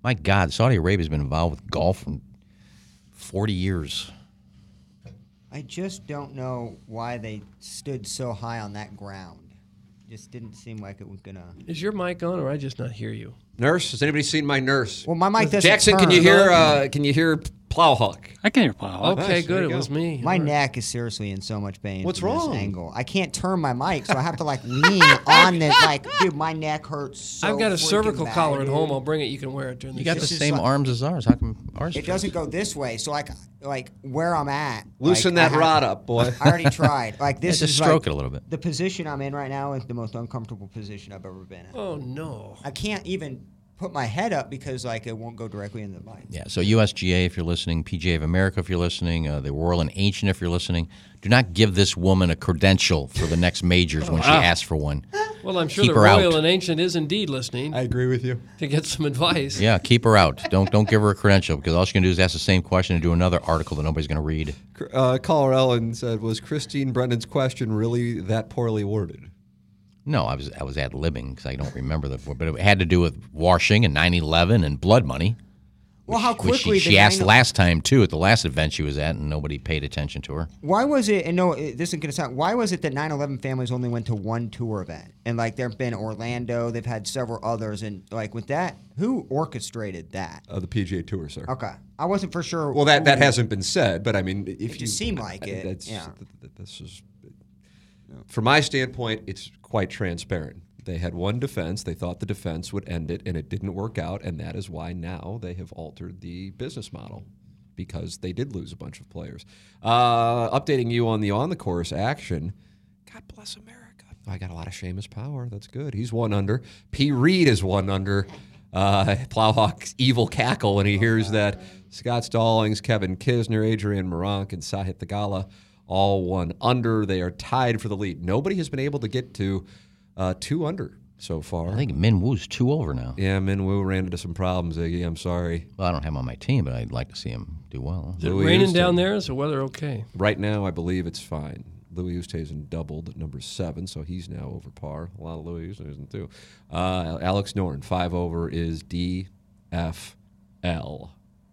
My God, Saudi Arabia's been involved with golf for 40 years. I just don't know why they stood so high on that ground. Just didn't seem like it was gonna. Is your mic on, or I just not hear you? Nurse, has anybody seen my nurse? Well, my mic doesn't Jackson, can turn. you hear? Uh, can you hear Plowhawk? I can hear Plowhawk. Nice, Okay, Oh, there good. you It go. was me. My All right. neck is seriously in so much pain. What's from this wrong? angle. I can't turn my mic, so I have to like lean [LAUGHS] on it. Like, dude, my neck hurts. So I've got a freaking cervical bad, collar at dude. home. I'll bring it. You can wear it during the You got show. the just same like- arms as ours. How come ours? It doesn't go this way, so like, like where I'm at. Loosen like, I that have- rod up, boy. I already [LAUGHS] tried. Like Yeah, this just is stroke like- it a little bit. The position I'm in right now is the most uncomfortable position I've ever been in. Oh no. I can't even put my head up because like it won't go directly in the mic. Yeah, so USGA if you're listening, PGA of America if you're listening, uh, the Royal and Ancient if you're listening, do not give this woman a credential for the next majors when she asks for one. Well, I'm sure Keep the her out. royal and ancient is indeed listening agree with you. to get some advice. Yeah, keep her out. Don't don't give her a credential because all she's gonna do is ask the same question and do another article that nobody's gonna read. Uh, caller Ellen said, "Was Christine Brendan's question really that poorly worded?" No, I was I was ad libbing because I don't remember the but it had to do with washing and 9/11 and blood money. Well, how Which quickly she, she the asked nine- last time too at the last event she was at and nobody paid attention to her. Why was it? And no, it- this is gonna sound. Why was it that 9/11 families only went to one tour event? And like there've been Orlando, they've had several others, and like with that, who orchestrated that? Uh, the PGA Tour, sir. Okay, I wasn't for sure. Well, that, that who- hasn't been said, but I mean, if It you just seemed like I- it, that's- yeah. th- th- this is, from my standpoint, it's quite transparent. They had one defense. They thought the defense would end it, and it didn't work out, and that is why now they have altered the business model because they did lose a bunch of players. Uh, updating you on the on the course action. God bless America. Oh, I got a lot of Seamus Power. That's good. He's one under. P. Reed is one under. Uh, Plowhawk's evil cackle when he hears that. Scott Stallings, Kevin Kisner, Adrian Moronk, and Sahit Thagala all one under. They are tied for the lead. Nobody has been able to get to uh, two under so far. I think Min Woo's two over now. yeah, Min Woo ran into some problems, Iggy. I'm sorry. Well, I don't have him on my team, but I'd like to see him do well. Is it Louis raining Houston. down there? Is the weather okay? Right now, I believe it's fine. Louis Oosthuizen doubled at number seven, so he's now over par. A lot of Louis Oosthuizen, too. Uh, Alex Norton, five over, is DFL.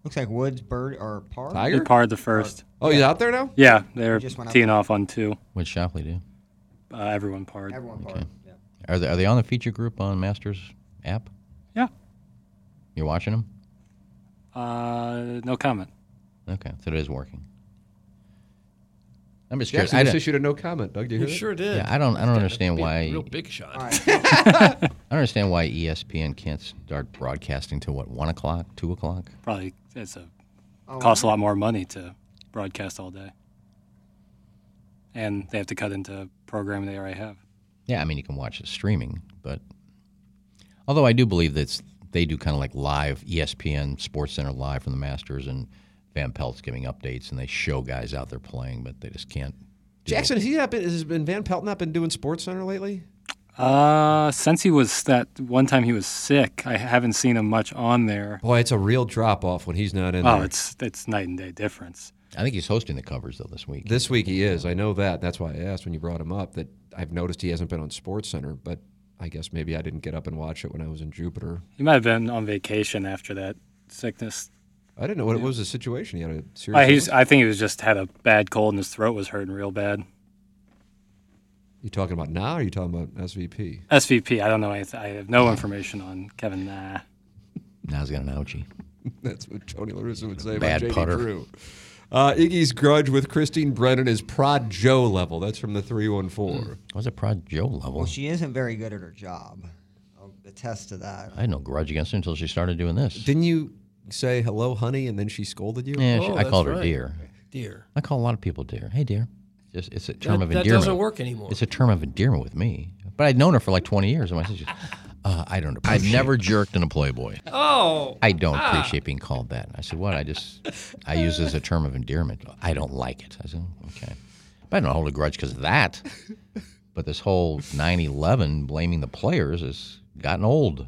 Looks like Woods, Bird, or Par. They Tiger? parred the first. Oh, he's out there now? Yeah, they're just went up. teeing off on two. What'd Shopley do? Uh, everyone parred. Everyone Par. Yeah. Are they, are they on the feature group on Masters app? Yeah. You're watching them? Uh, no comment. Okay, so it is working. I'm just curious. Jackson I just don't, issued a no comment, Doug. Do you You hear that? sure did. yeah, I don't. I don't understand Be a why. Real big shot. I don't understand why ESPN can't start broadcasting to what one o'clock, two o'clock. Probably it's a costs a lot more money to broadcast all day, and they have to cut into programming they already have. Yeah, I mean you can watch it streaming, but although I do believe that they do kind of like live E ESPN Sports Center live from the Masters and Van Pelt's giving updates and they show guys out there playing, but they just can't. Jackson, has, he not been, has been Van Pelt not been doing Sports Center lately? Uh, since he was that one time he was sick, I haven't seen him much on there. Boy, it's a real drop off when he's not in Oh, there. it's it's night and day difference. I think he's hosting the covers though this week. This week he is. I know that. That's why I asked when you brought him up that I've noticed he hasn't been on Sports Center, but I guess maybe I didn't get up and watch it when I was in Jupiter. He might have been on vacation after that sickness. I didn't know what it was the situation. He had a serious. I, Uh, he's, illness? I think he was just had a bad cold and his throat was hurting real bad. You talking about now? Or are you talking about SVP? SVP, I don't know. anyth- I have no information on Kevin. uh, Nah. [LAUGHS] Now he's got an ouchie. [LAUGHS] That's what Tony Larusso would say Bad about JD putter. Drew. Uh, Iggy's grudge with Christine Brennan is prod Joe level. That's from the three one four. Was it Prod Joe level? Well, she isn't very good at her job. I'll attest to that. I had no grudge against her until she started doing this. Didn't you say hello, honey, and then she scolded you? Yeah, she, Oh, I that's called her right. dear. Dear. I call a lot of people dear. Hey, dear. Just, it's a term That, of that endearment. doesn't work anymore. It's a term of endearment with me. But I'd known her for like 20 years. And my sister, uh, I don't appreciate I've never jerked in a Playboy. Oh, I don't appreciate being called that. I said, what? I just, I use it as a term of endearment. I don't like it. I said, okay. But I don't hold a grudge because of that. But this whole 9 11 blaming the players has gotten old.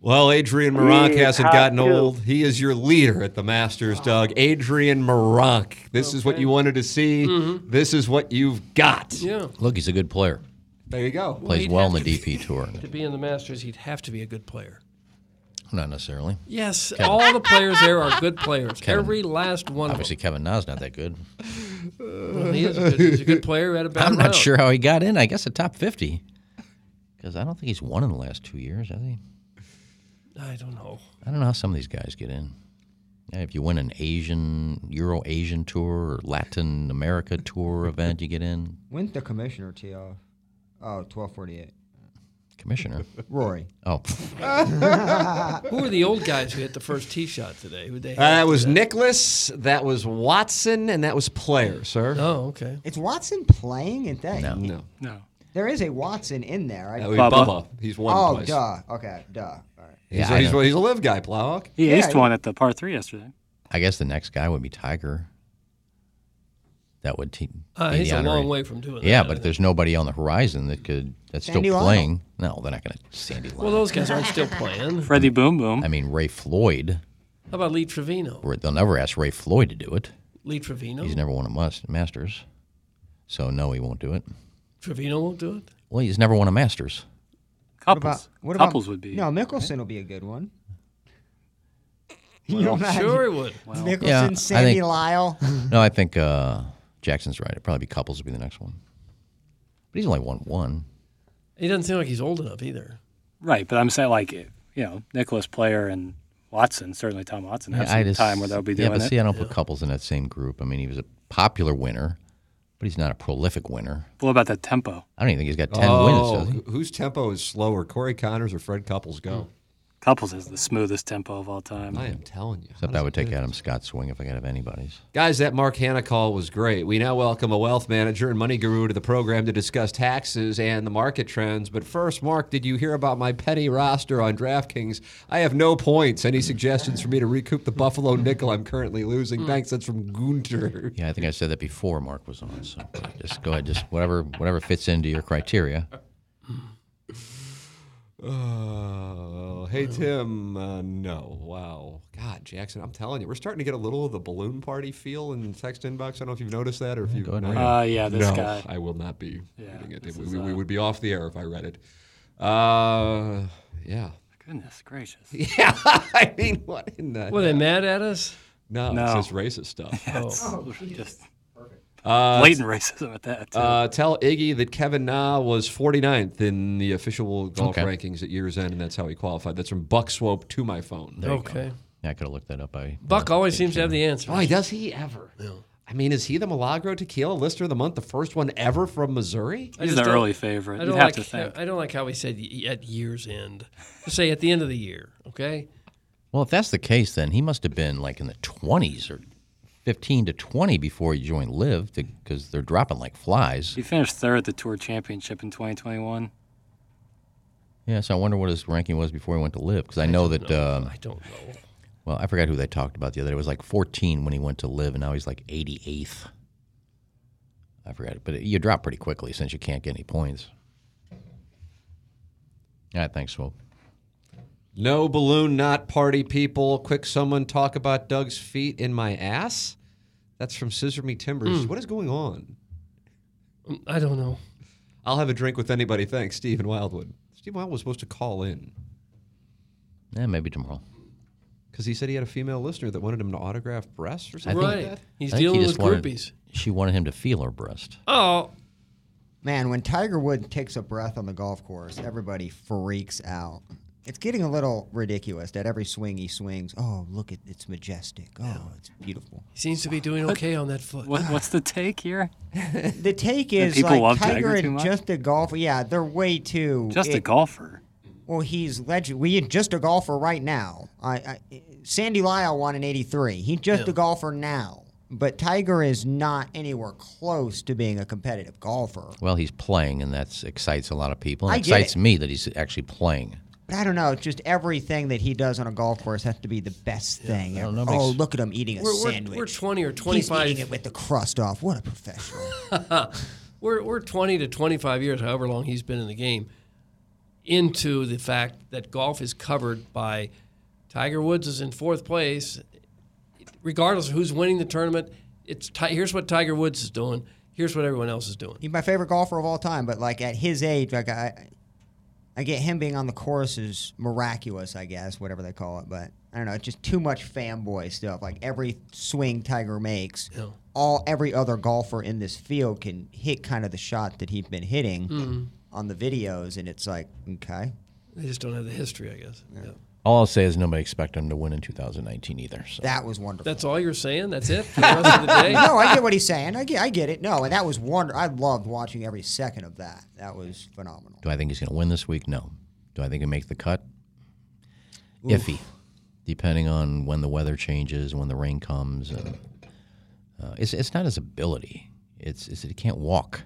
Well, Adrian Maronk He is hasn't hot, gotten too. old. He is your leader at the Masters, Doug. Adrian Maronk. This is what you wanted to see. Mhm. This is what you've got. Yeah. Look, he's a good player. There you go. Plays he'd well have in the to DP tour. To be in the Masters, he'd have to be a good player. Not necessarily. Yes, Kevin- all the players there are good players. Kevin- Every last one Obviously, Kevin Na's not that good. of them. Well, he is a good, he's a good player at a bad I'm not round. sure how Oh, he got in. I guess a top 50. Because I don't think he's won in the last two years, has he? I don't know. I don't know how some of these guys get in. Yeah, if you win an Asian, Euro Asian tour or Latin America tour event, you get in. When's the commissioner tee off? Oh, 1248. [LAUGHS] Commissioner. Rory. Oh. Who were the old guys who hit the first tee shot today? Who'd they Uh, hit? that was Nicholas, that was Watson, and that was Player, sir. Oh, okay. It's Watson playing at that. No. No. No. There is a Watson in there. I That would be Bubba. Bubba. He's won Oh, twice. duh. Okay, duh. All right. He's, Yeah, I he's, know. he's a live guy, Plowhawk. He Yeah, aced yeah. one at the par three yesterday. I guess the next guy would be Tiger. That would te- Uh, be he's the a honorary- long way from doing Yeah, that, I but if there's nobody on the horizon that could that's Sandy still Lyle. playing, no, they're not going to Sandy Lyle. Well, those guys aren't still playing. How Freddie Boom Boom. I mean, Ray Floyd. about Lee Trevino? or They'll never ask Ray Floyd to do it. Lee Trevino? He's never won a must, Masters, so no, he won't do it. Trevino won't do it? Well, he's never won a Masters. Couples. Couples would be. No, Mickelson will be a good one. [LAUGHS] Well, don't have- Sure he would. Mickelson, Yeah, I think- Sandy Lyle. [LAUGHS] No, I think uh, Jackson's right. It'd probably be Couples would be the next one. But he's only won one. He doesn't seem like he's old enough either. Right, but I'm saying like you know Nicholas Player and Watson. Certainly Tom Watson has Yeah, some time where they'll be doing Yeah, but it. see, I don't put Couples in that same group. I mean, he was a popular winner, but he's not a prolific winner. what about the tempo? I don't even think he's got ten Oh, wins. Does he? wh- whose tempo is slower, Corey Connors or Fred Couples? Go. Couples has the smoothest tempo of all time. Oh, I am telling you. Except I would take Adam Scott's swing if I could have anybody's. Guys, that Mark Hanna call was great. We now welcome a wealth manager and money guru to the program to discuss taxes and the market trends. But first, Mark, did you hear about my petty roster on DraftKings? I have no points. Mm. Any suggestions for me to recoup the Buffalo nickel I'm currently losing? Thanks. That's from Gunter. Mm. Yeah, I think I said that before Mark was on. So just go ahead, just whatever whatever fits into your criteria. Oh, hey Tim. Uh, no, wow, God, Jackson, I'm telling you, we're starting to get a little of the balloon party feel in the text inbox. I don't know if you've noticed that or if you've. go ahead and no, read it. Uh, yeah, this no, guy. I will not be Yeah, reading it. this We, is, we- we uh, would be off the air if I read it. Uh, [LAUGHS] yeah, Goodness gracious. yeah. I mean, what in the? Were they mad at us? No, No. it's just racist stuff. [LAUGHS] That's just Uh, blatant racism at that. too. Uh, tell Iggy that Kevin Na was 49th in the official golf Okay. rankings at year's end, and that's how he qualified. That's from Buck Swope to my phone. Okay. Yeah, I could have looked that up. I Buck always seems to have the answer. Oh, Boy, does he ever? I mean, is he the Milagro Tequila Lister of the Month, the first one ever from Missouri? He's just the don't- early favorite. I You'd don't have like. to think. I don't like how he said y- at year's end. Just say at the end of the year. Okay. Well, if that's the case, then he must have been like in the twenties or fifteen to twenty before he joined Live, because they're dropping like flies. He finished third at the Tour Championship in 2021. Yeah, so I wonder what his ranking was before he went to Live, because I know that. um I don't know. well, I forgot who they talked about the other day. It was like 14 when he went to Live, and now he's like 88th. I forgot, but it, you drop pretty quickly since you can't get any points. All right, thanks, Swope. No balloon, not party people. Quick, someone talk about Doug's feet in my ass. That's from Scissor Me Timbers. What is going on? Mm, I don't know. I'll have a drink with anybody. Thanks, Steve and Wildwood. Steve Wildwood was supposed to call in Yeah, maybe tomorrow. because he said he had a female listener that wanted him to autograph breasts or something like Right. that. He's I think he dealing with just wanted- groupies. She wanted him to feel her breast. Oh, Man, when Tiger Woods takes a breath on the golf course, everybody freaks out. It's getting a little ridiculous that every swing he swings, oh, look, it, it's majestic. Oh, it's beautiful. he seems to be doing okay on that foot. What, what's the take here? The [LAUGHS] take is people like love Tiger Tiger too and much? just a golfer. Yeah, they're way too. Just a it- golfer. Well, he's legend. We just a golfer right now. I, I Sandy Lyle won in '83. He's just a golfer now. But Tiger is not anywhere close to being a competitive golfer. Well, he's playing, and that excites a lot of people. I And it get excites it. me that he's actually playing. But I don't know. It's just everything that he does on a golf course has to be the best thing. ever. nobody's- oh, look at him eating a We're, we're, sandwich. we're 20 or he's eating it 25. with the crust off. What a professional! We're, we're 20 to 25 years, however long he's been in the game. into the fact that golf is covered by Tiger Woods is in fourth place, regardless of who's winning the tournament. It's ti- here's what Tiger Woods is doing. Here's what everyone else is doing. He's my favorite golfer of all time, but like at his age, like I, I get him being on the course is miraculous, I guess, whatever they call it. But I don't know, it's just too much fanboy stuff. Like every swing Tiger makes, Yeah. all every other golfer in this field can hit kind of the shot that he's been hitting Mhm. on the videos, and it's like okay, They just don't have the history, I guess. Yeah. All I'll say is nobody expected him to win in 2019 either. So. that was wonderful. That's all you're saying. That's it for the rest of the [LAUGHS] day. no, I get what he's saying. I get, I get it. No, and that was wonderful. I loved watching every second of that. That was phenomenal. Do I think he's going to win this week? No. Do I think he make the cut? Oof. Iffy, depending on when the weather changes, when the rain comes. Uh, uh, it's it's not his ability. It's it's that he can't walk.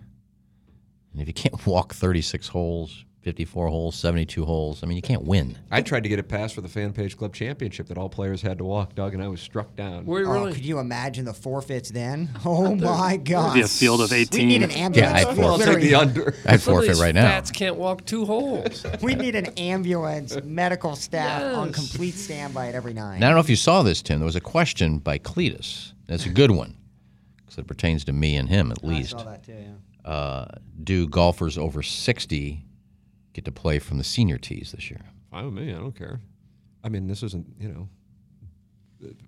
And if you can't [LAUGHS] walk 36 holes, 54 holes, 72 holes, I mean, you can't win. I tried to get it passed for the fan page club championship that all players had to walk, Doug, and I was struck down. Were you Oh, really? could you imagine the forfeits then? Oh my God! Be a field of We need 18. an ambulance. Yeah, I'd I'll take literally. the under. I'd Some of forfeit these right now. Fats can't walk two holes. we need an ambulance, medical staff on Yes. complete standby at every nine. And I don't know if you saw this, Tim. There was a question by Cletus. That's a good one because it pertains to me and him at I least. saw that too. Yeah. Uh, do golfers over 60 get to play from the senior tees this year? Fine with me. I don't care. I mean, this isn't, you know,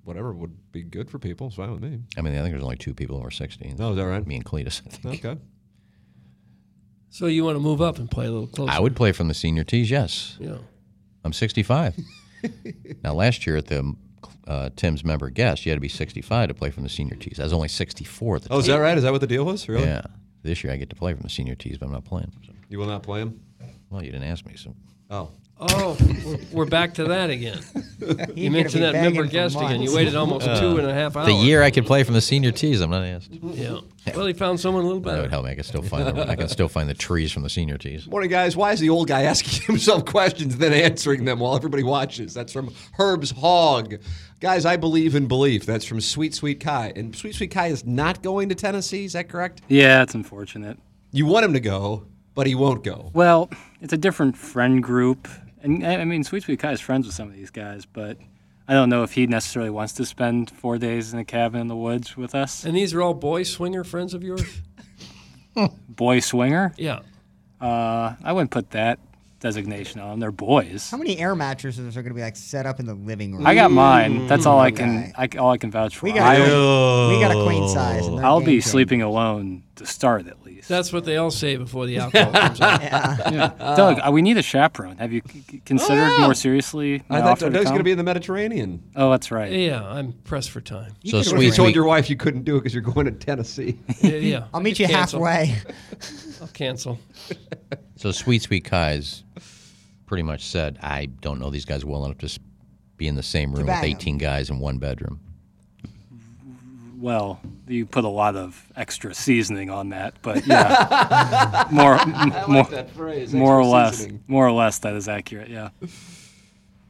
whatever would be good for people. It's fine with me. I mean, I think there's only two people over 60. No, is that right? Me and Cletus, I think. Okay. So you want to move up and play a little closer? I would play from the senior tees, yes. Yeah. I'm 65. now, last year at the uh, Tim's member guest, you had to be 65 to play from the senior tees. I was only 64 at the Oh, is that right? Is that what the deal was? Really? Yeah. This year I get to play from the senior tees, but I'm not playing. So- You will not play him? well, you didn't ask me, so Oh. Oh, we're, we're back to that again. He's You gonna be mentioned that begging member for guest again. You months. [LAUGHS] waited almost Uh, two and a half hours. the year I could play from the senior tees, I'm not asked. Yeah. Well, he found someone a little That better. would help me. I can still find the, I can still find the trees from the senior tees. Morning, guys. Why is the old guy asking [LAUGHS] himself questions and then answering them while everybody watches? That's from Herb's Hog. Guys, I believe in belief. That's from Sweet Sweet Kai. And Sweet Sweet Kai is not going to Tennessee. Is that correct? Yeah, it's unfortunate. You want him to go, but he won't go. Well, it's a different friend group, and I I mean, Sweet Sweet Kai is friends with some of these guys, but I don't know if he necessarily wants to spend four days in a cabin in the woods with us. And these are all boy swinger friends of [LAUGHS] yours? Boy swinger, Yeah. uh, I wouldn't put that designation on. them. They're boys. How many air mattresses are going to be like set up in the living room? I got mine. That's all I Mm, Okay. can. I, all I can vouch for. We got, a I, queen, we got a queen size. and they're I'll game be changers. sleeping alone to start at least. That's what they all say before [LAUGHS] the alcohol comes out. Doug, uh, we need a chaperone. Have you c- c- considered Oh. more seriously? my I thought offer to Doug's going to come? be in the Mediterranean. Oh, that's right. Yeah, I'm pressed for time. so could You sweet, arrange- told sweet, your wife you couldn't do it because you're going to Tennessee. Yeah, yeah. I'll meet you Cancel. halfway. I'll cancel. [LAUGHS] so sweet, sweet Kai's pretty much said, I don't know these guys well enough to s- be in the same room with bang 'em. 18 guys in one bedroom. Well, you put a lot of extra seasoning on that, but yeah, more, more, more or less, more or less that is accurate. Yeah,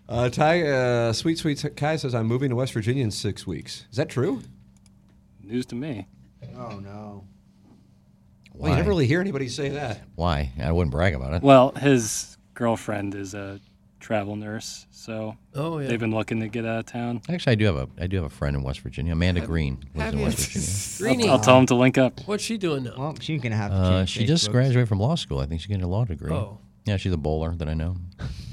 Uh, Ty, uh, Sweet Sweet Kai says, I'm moving to West Virginia in six weeks. Is that true? news to me. oh no. Well, you never really hear anybody say that. Why? I wouldn't brag about it. Well, his girlfriend is a travel nurse, so Oh, yeah. they've been looking to get out of town. Actually, I do have a I do have a friend in West Virginia. Amanda Uh, Green lives in West Virginia. Greenie, I'll tell him to link up. what's she doing now? Well, she's gonna have [LAUGHS] to. Uh, change she just Facebooks. graduated from law school. I think she's getting a law degree. Oh. Yeah, she's a bowler that I know.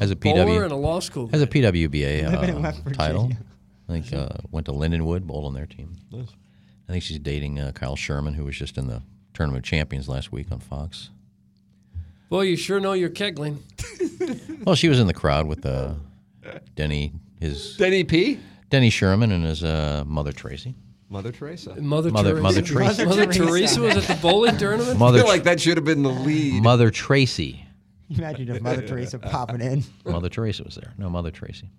Has a Bowler PW. and a law school. has a grad. PWBA Living in West uh, Virginia. title. I think uh, went to Lindenwood, bowled on their team. I think she's dating uh, Kyle Sherman, who was just in the Tournament of Champions last week on Fox. Boy, you sure know you're kegling. Well, she was in the crowd with uh, Denny, his Denny P? Denny Sherman, and his uh, mother Tracy. Mother Teresa. Mother, Mother- Teresa. Mother Teresa. Mother Teresa. Teresa was at the bowling tournament? I Mother, feel like that should have been the lead. mother Tracy. [LAUGHS] Imagine if [LAUGHS] Mother Teresa popping in. Mother Teresa was there. No, Mother Tracy.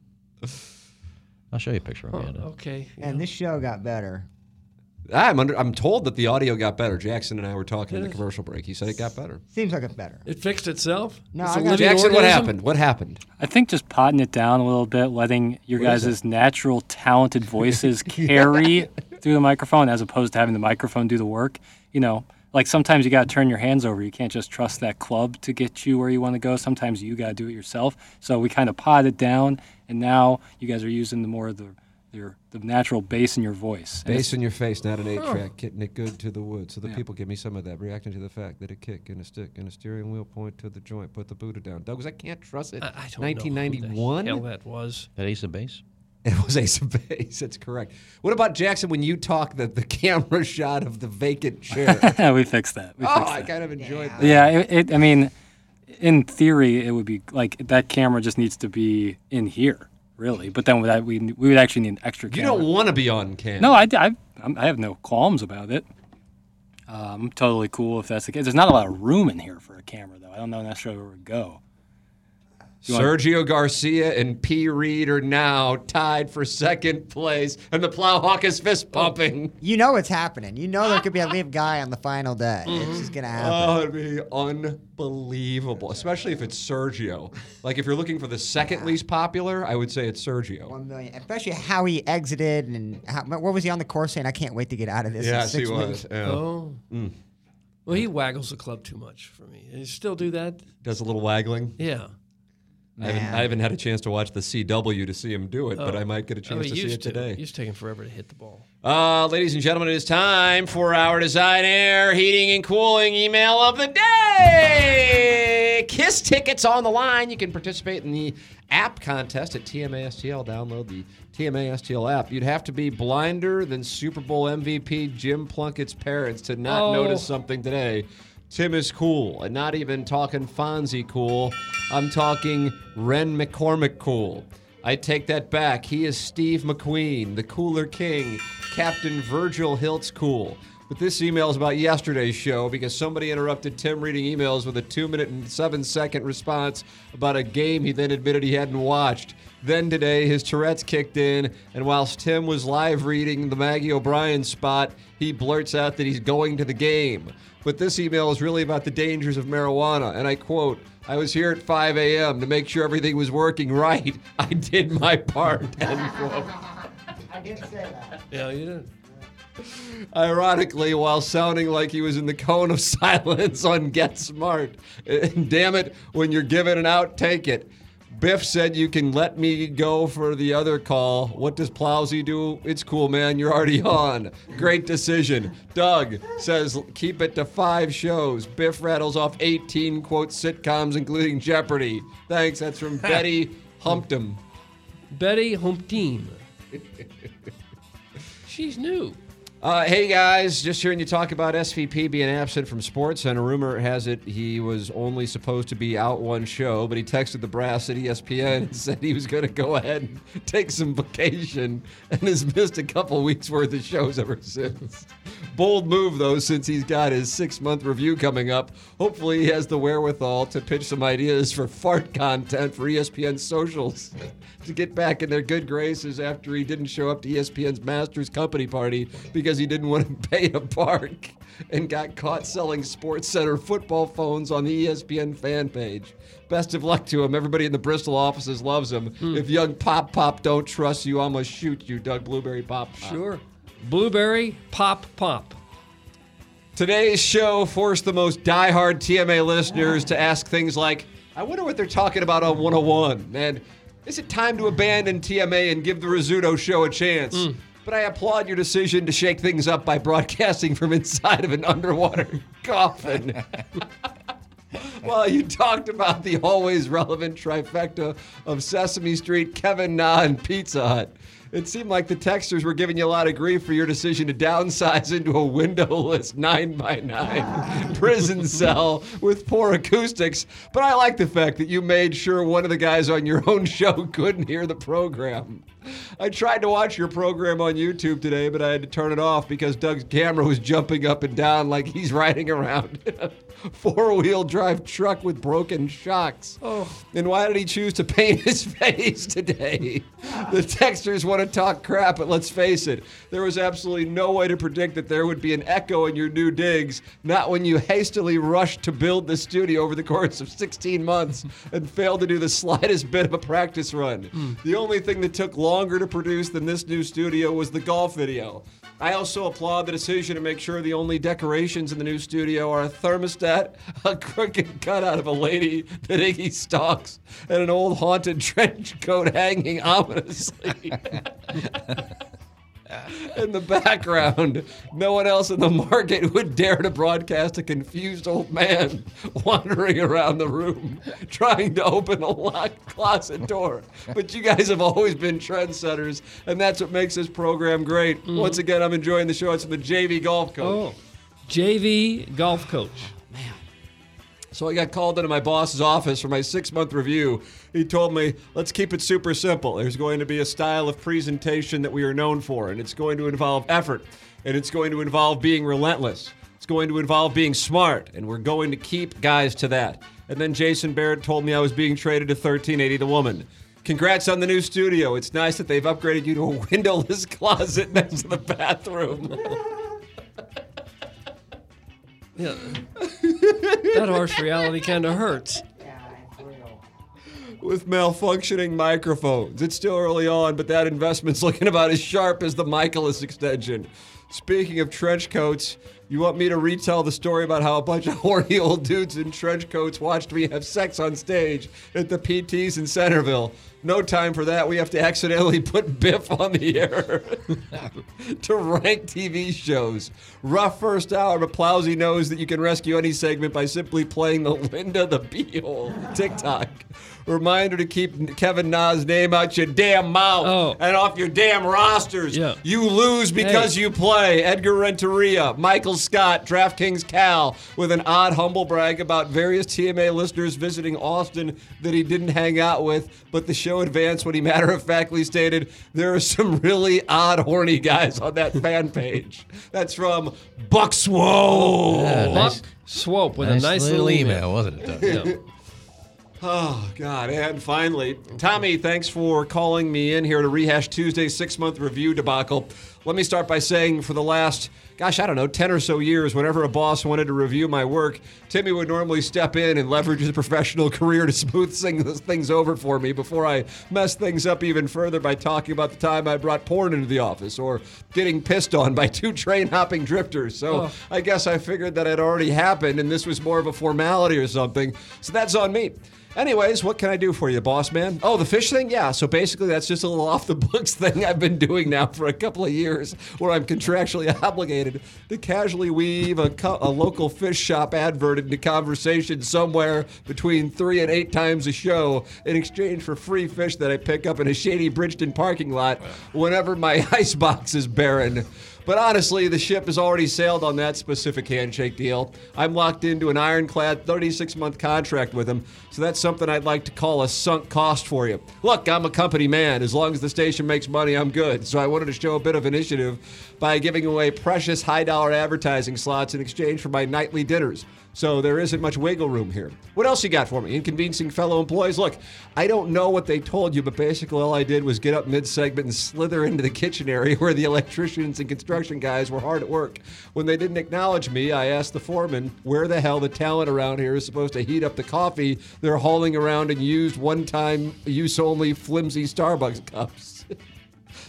I'll show you a picture of Amanda. Okay. [LAUGHS] And this show got better. I'm under, I'm told that the audio got better. Jackson and I were talking in the commercial break. He said it got better. Seems like it's better. It fixed itself? No, It's I a got- living Jackson, what organism? happened? What happened? I think just potting it down a little bit, letting your guys' natural, [LAUGHS] talented voices carry through the microphone as opposed to having the microphone do the work. You know, like sometimes you got to turn your hands over. You can't just trust that club to get you where you want to go. Sometimes you got to do it yourself. So we kind of potted down, and now you guys are using the more of the your the natural bass in your voice. And Bass it's- in your face, not an eight Huh. track, getting it good to the wood. So the Yeah. people give me some of that, reacting to the fact that a kick and a stick and a steering wheel point to the joint, put the Buddha down. Doug, I can't trust it. I, I don't know 1991? who the hell that was. That Ace of Base? [LAUGHS] It was Ace of Base. That's correct. What about Jackson when you talk that the [LAUGHS] camera shot of the vacant chair? [LAUGHS] we fixed that. We oh, fixed I that. kind of enjoyed that. Yeah, it, it, I mean, in theory, it would be like that camera just needs to be in here, really. But then that we we would actually need an extra. You Camera. don't want to be on camera. No, I, I, I'm- I have no qualms about it. Um, I'm totally cool if that's the case. There's not a lot of room in here for a camera, though. I don't know necessarily where we go. You want- Sergio Garcia and P. Reed are now tied for second place, and the Plowhawk is fist pumping. You know it's happening. You know there could be a live guy on the final day. It's just gonna happen. Oh, it'd be unbelievable, especially if it's Sergio. Like if you're looking for the second least popular, I would say it's Sergio. One million, especially how he exited and how, what was he on the course saying? I can't wait to get out of this. in Yes, he six was. weeks." yeah. Oh. Mm. Well, he waggles the club too much for me. Does he still do that? Does a little waggling. Yeah. I haven't, I haven't had a chance to watch the CW to see him do it, but Oh. I might get a Oh, chance he to see used it today. He's taking forever to hit the ball. Uh, ladies and gentlemen, it is time for our Design Air Heating and Cooling email of the day. Kiss tickets on the line. You can participate in the app contest at TMASTL. Download the TMASTL app. You'd have to be blinder than Super Bowl MVP Jim Plunkett's parents to not Oh. notice something today. Tim is cool, and not even talking Fonzie cool. I'm talking Ren McCormick cool. I take that back. He is Steve McQueen, the cooler king, Captain Virgil Hiltz cool. But this email is about yesterday's show because somebody interrupted Tim reading emails with a two minute and seven second response about a game he then admitted he hadn't watched. Then today, his Tourette's kicked in, and whilst Tim was live reading the Maggie O'Brien spot, he blurts out that he's going to the game. But this email is really about the dangers of marijuana, and I quote, I was here at 5 a.m. to make sure everything was working right. [LAUGHS] I did my part. [LAUGHS] End quote. I did say that. Yeah, you didn't. Ironically, while sounding like he was in the cone of [LAUGHS] silence on Get Smart. [LAUGHS] And damn it, when you're given an out, take it. Biff said you can let me go for the other call. What does Plowsy do? It's cool, man. You're already [LAUGHS] on. Great decision. Doug says keep it to five shows. Biff rattles off 18 quote sitcoms, including Jeopardy. Thanks. That's from Betty Humptum. Betty [LAUGHS] Humpteen. She's new. Uh, hey guys, just hearing you talk about SVP being absent from sports, and a rumor has it he was only supposed to be out one show, but he texted the brass at E ESPN and [LAUGHS] said he was going to go ahead and [LAUGHS] take some vacation, and has missed a couple weeks worth of shows ever since. Bold move though, since he's got his six month review coming up. Hopefully, he has the wherewithal to pitch some ideas for fart content for E ESPN socials [LAUGHS] to get back in their good graces after he didn't show up to E ESPN's Masters Company party because he didn't want to [LAUGHS] pay a park and got caught selling Sports Center football phones on the E ESPN fan page. Best of luck to him. Everybody in the Bristol offices loves him. Hmm. If young Pop Pop don't trust you, I'm going to shoot you, Doug Blueberry Pop Pop. Sure. Blueberry Pop Pop. Today's show forced the most diehard TMA listeners to ask things like, I wonder what they're talking about on 101, and is it time to abandon TMA and give the Rizzuto show a chance? But I applaud your decision to shake things up by broadcasting from inside of an underwater [LAUGHS] coffin. Well, you talked about the always relevant trifecta of Sesame Street, Kevin Na, and Pizza Hut. It seemed like the texters were giving you a lot of grief for your decision to downsize [LAUGHS] into a windowless 9x9 prison cell with poor acoustics, but I like the fact that you made sure one of the guys on your own show [LAUGHS] couldn't hear the program. I tried to watch your program on YouTube today, but I had to turn it off because Doug's camera was jumping up and down like he's riding around in a four wheel drive truck with broken shocks. Oh. And why did he choose to paint his [LAUGHS] face today? The texters want to talk crap, but let's face it, there was absolutely no way to predict that there would be an echo in your new digs, not when you hastily rushed to build the studio over the course of 16 months and failed to do the slightest bit of a practice run. The only thing that took long longer to produce than this new studio was the golf video. I also applaud the decision to make sure the only decorations in the new studio are a thermostat, a crooked cutout of a lady that Iggy stalks, and an old haunted trench coat hanging [LAUGHS] ominously. in the background. No one else in the market would dare to broadcast a confused old man wandering around the room trying to open a locked closet door. But you guys have always been trendsetters, and that's what makes this program great. Mhm. Once again, I'm enjoying the show. It's from the JV Golf Oh. Coach. JV golf coach. So I got called into my boss's office for my six month review. He told me, let's keep it super simple. There's going to be a style of presentation that we are known for, and it's going to involve effort, and it's going to involve being relentless. It's going to involve being smart, and we're going to keep guys to that. And then Jason Barrett told me I was being traded to 1380 the woman. Congrats on the new studio. It's nice [LAUGHS] that they've upgraded you to a windowless [LAUGHS] closet next to the bathroom. Yeah. that harsh reality kind of [LAUGHS] hurts. with malfunctioning microphones. It's still early on, but that investment's [LAUGHS] looking about as sharp as the Michaelis extension. Speaking of trench coats, you want me to retell the story about how a bunch of [LAUGHS] horny old dudes in trench coats watched me have sex on stage at the PTs in Centerville? No time for that. We have to accidentally [LAUGHS] put Biff on the air [LAUGHS] to rank TV shows. Rough first hour, but Plowsy knows that you can rescue any segment by simply playing the Linda the Beehole TikTok. Reminder to keep Kevin Na's name out your damn mouth and off your damn rosters. Yeah. You lose because Hey. you play. Edgar Renteria, Michael Scott, DraftKings Cal, with an odd humble brag about various TMA listeners visiting Austin that he didn't hang out with, but the show advanced when he [LAUGHS] matter of factly stated, There are some really odd, horny guys on that fan page. That's from Buck Swope. Yeah, nice- Buck Swope with a nice nice little little email. email, wasn't it, Doug? Yeah. Oh, God. And finally, Tommy, thanks for calling me in here to rehash Tuesday's six month review debacle. Let me start by saying for the last, gosh, I don't know, 10 or so years, whenever a boss wanted to review my work, Timmy would normally step in and leverage his professional [LAUGHS] career to smooth things, things over for me before I messed things up even further by talking about the time I brought porn into the office or getting pissed on by two train hopping drifters. So Oh. I guess I figured that had already happened and this was more of a formality or something. So that's on me. Anyways, what can I do for you, boss man? Oh, the fish thing? Yeah. So basically, that's just a little [LAUGHS] off the books thing I've been doing now for a couple of years where I'm contractually [LAUGHS] obligated to casually weave a, co- a local fish shop advert into conversation somewhere between three and eight times a show in exchange for free fish that I pick up in a shady Bridgeton parking lot whenever my [LAUGHS] icebox is barren. But honestly, the ship has already sailed on that specific handshake deal. I'm locked into an ironclad 36 month contract with them, so that's something I'd like to call a sunk cost for you. Look, I'm a company man. As long as the station makes money, I'm good. So I wanted to show a bit of initiative by giving away precious high dollar advertising slots in exchange for my nightly dinners. So there isn't much wiggle room here. What else you got for me? Inconveniencing fellow employees? Look, I don't know what they told you, but basically all I did was get up mid segment and slither into the kitchen area [LAUGHS] where the electricians and construction guys were hard at work. When they didn't acknowledge me, I asked the foreman where the hell the talent around here is supposed to heat up the coffee they're hauling around in used one time use only flimsy Starbucks cups. [LAUGHS]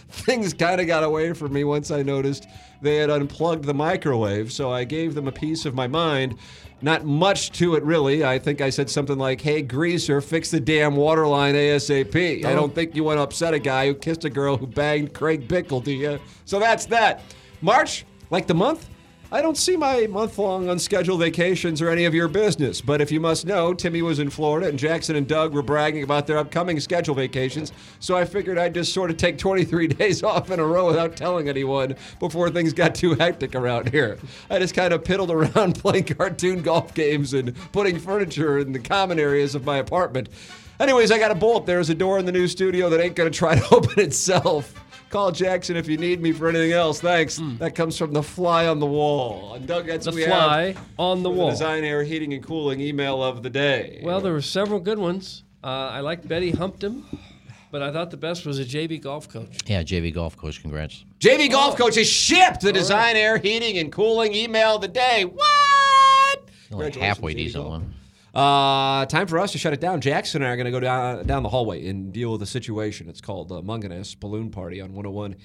things kind of got away from me once I noticed they had unplugged the microwave, so I gave them a piece of my mind. Not much to it, really. I think I said something like, Hey, greaser, fix the damn water line ASAP. I don't think you want to upset a guy who kissed a girl who banged Craig Bickle, do you? So that's that. March, like the month? I don't see my month long unscheduled vacations or any of your business, but if you must know, Timmy was in Florida and Jackson and Doug were bragging about their upcoming scheduled vacations, so I figured I'd just sort of take 23 [LAUGHS] days off in a row without telling anyone before things got too hectic around here. I just kind of piddled around [LAUGHS] playing cartoon golf games and putting furniture in the common areas of my apartment. Anyways, I got a bolt. There's a door in the new studio that ain't going to try to [LAUGHS] open itself. Call Jackson if you need me for anything else. Thanks. That comes from the fly on the wall. And Doug, that's Hmm. The what we fly have on the for wall. design, air, heating, and cooling email of the day. Well, there were several good ones. Uh, I liked Betty Humped him, but I thought the best was a JB golf coach. Yeah, JV golf coach. Congrats. JV Golf oh. Coach has shipped the design, air, heating, and cooling email of the day. What? Only Congratulations, halfway JV decent Golf. one. Uh, time for us to shut it down. Jackson and I are going to go down, down the hallway and deal with the situation. It's called uh, Munganess Balloon Party on 101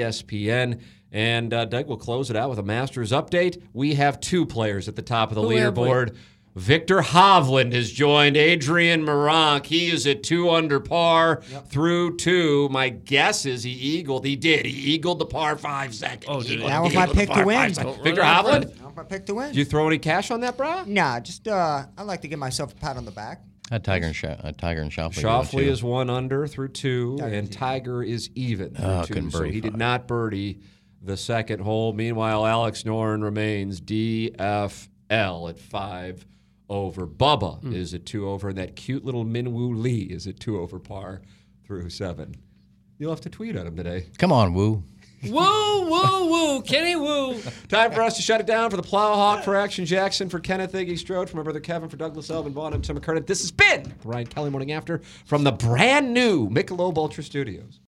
ESPN. And uh, Doug will close it out with a Masters update. We have two players at the top of the Who have we? leaderboard. Victor Hovland has joined Adrian Maronk. He is at two under par through two. My guess is he eagled. He did. He eagled the par five second. Oh, he? That was my pick to win. Don't run Victor out of Hovland? breath. Not my pick to win. Did you throw any cash on that, brah? Nah, just uh, I like to give myself a pat on the back. That Tiger and, Sha- uh, Tiger and Shoffley. are the Shoffley two. is one under through two, and Tiger is even through Oh, two. couldn't So birdie he did not birdie the second hole. Meanwhile, Alex Noren remains DFL at five over. Bubba Hmm. is at two over, and that cute little Minwoo Lee is at two over par through seven. You'll have to tweet at him today. Come on, Woo. [LAUGHS] Woo, woo, woo, Kenny, woo. Time for us to shut it down for the Plowhawk, for Action Jackson, for Kenneth Iggy Strode, for my brother Kevin, for Douglas Elvin Bond, I'm Tim McCurtain. This has been the Ryan Kelly Morning After from the brand new Michelob Ultra Studios.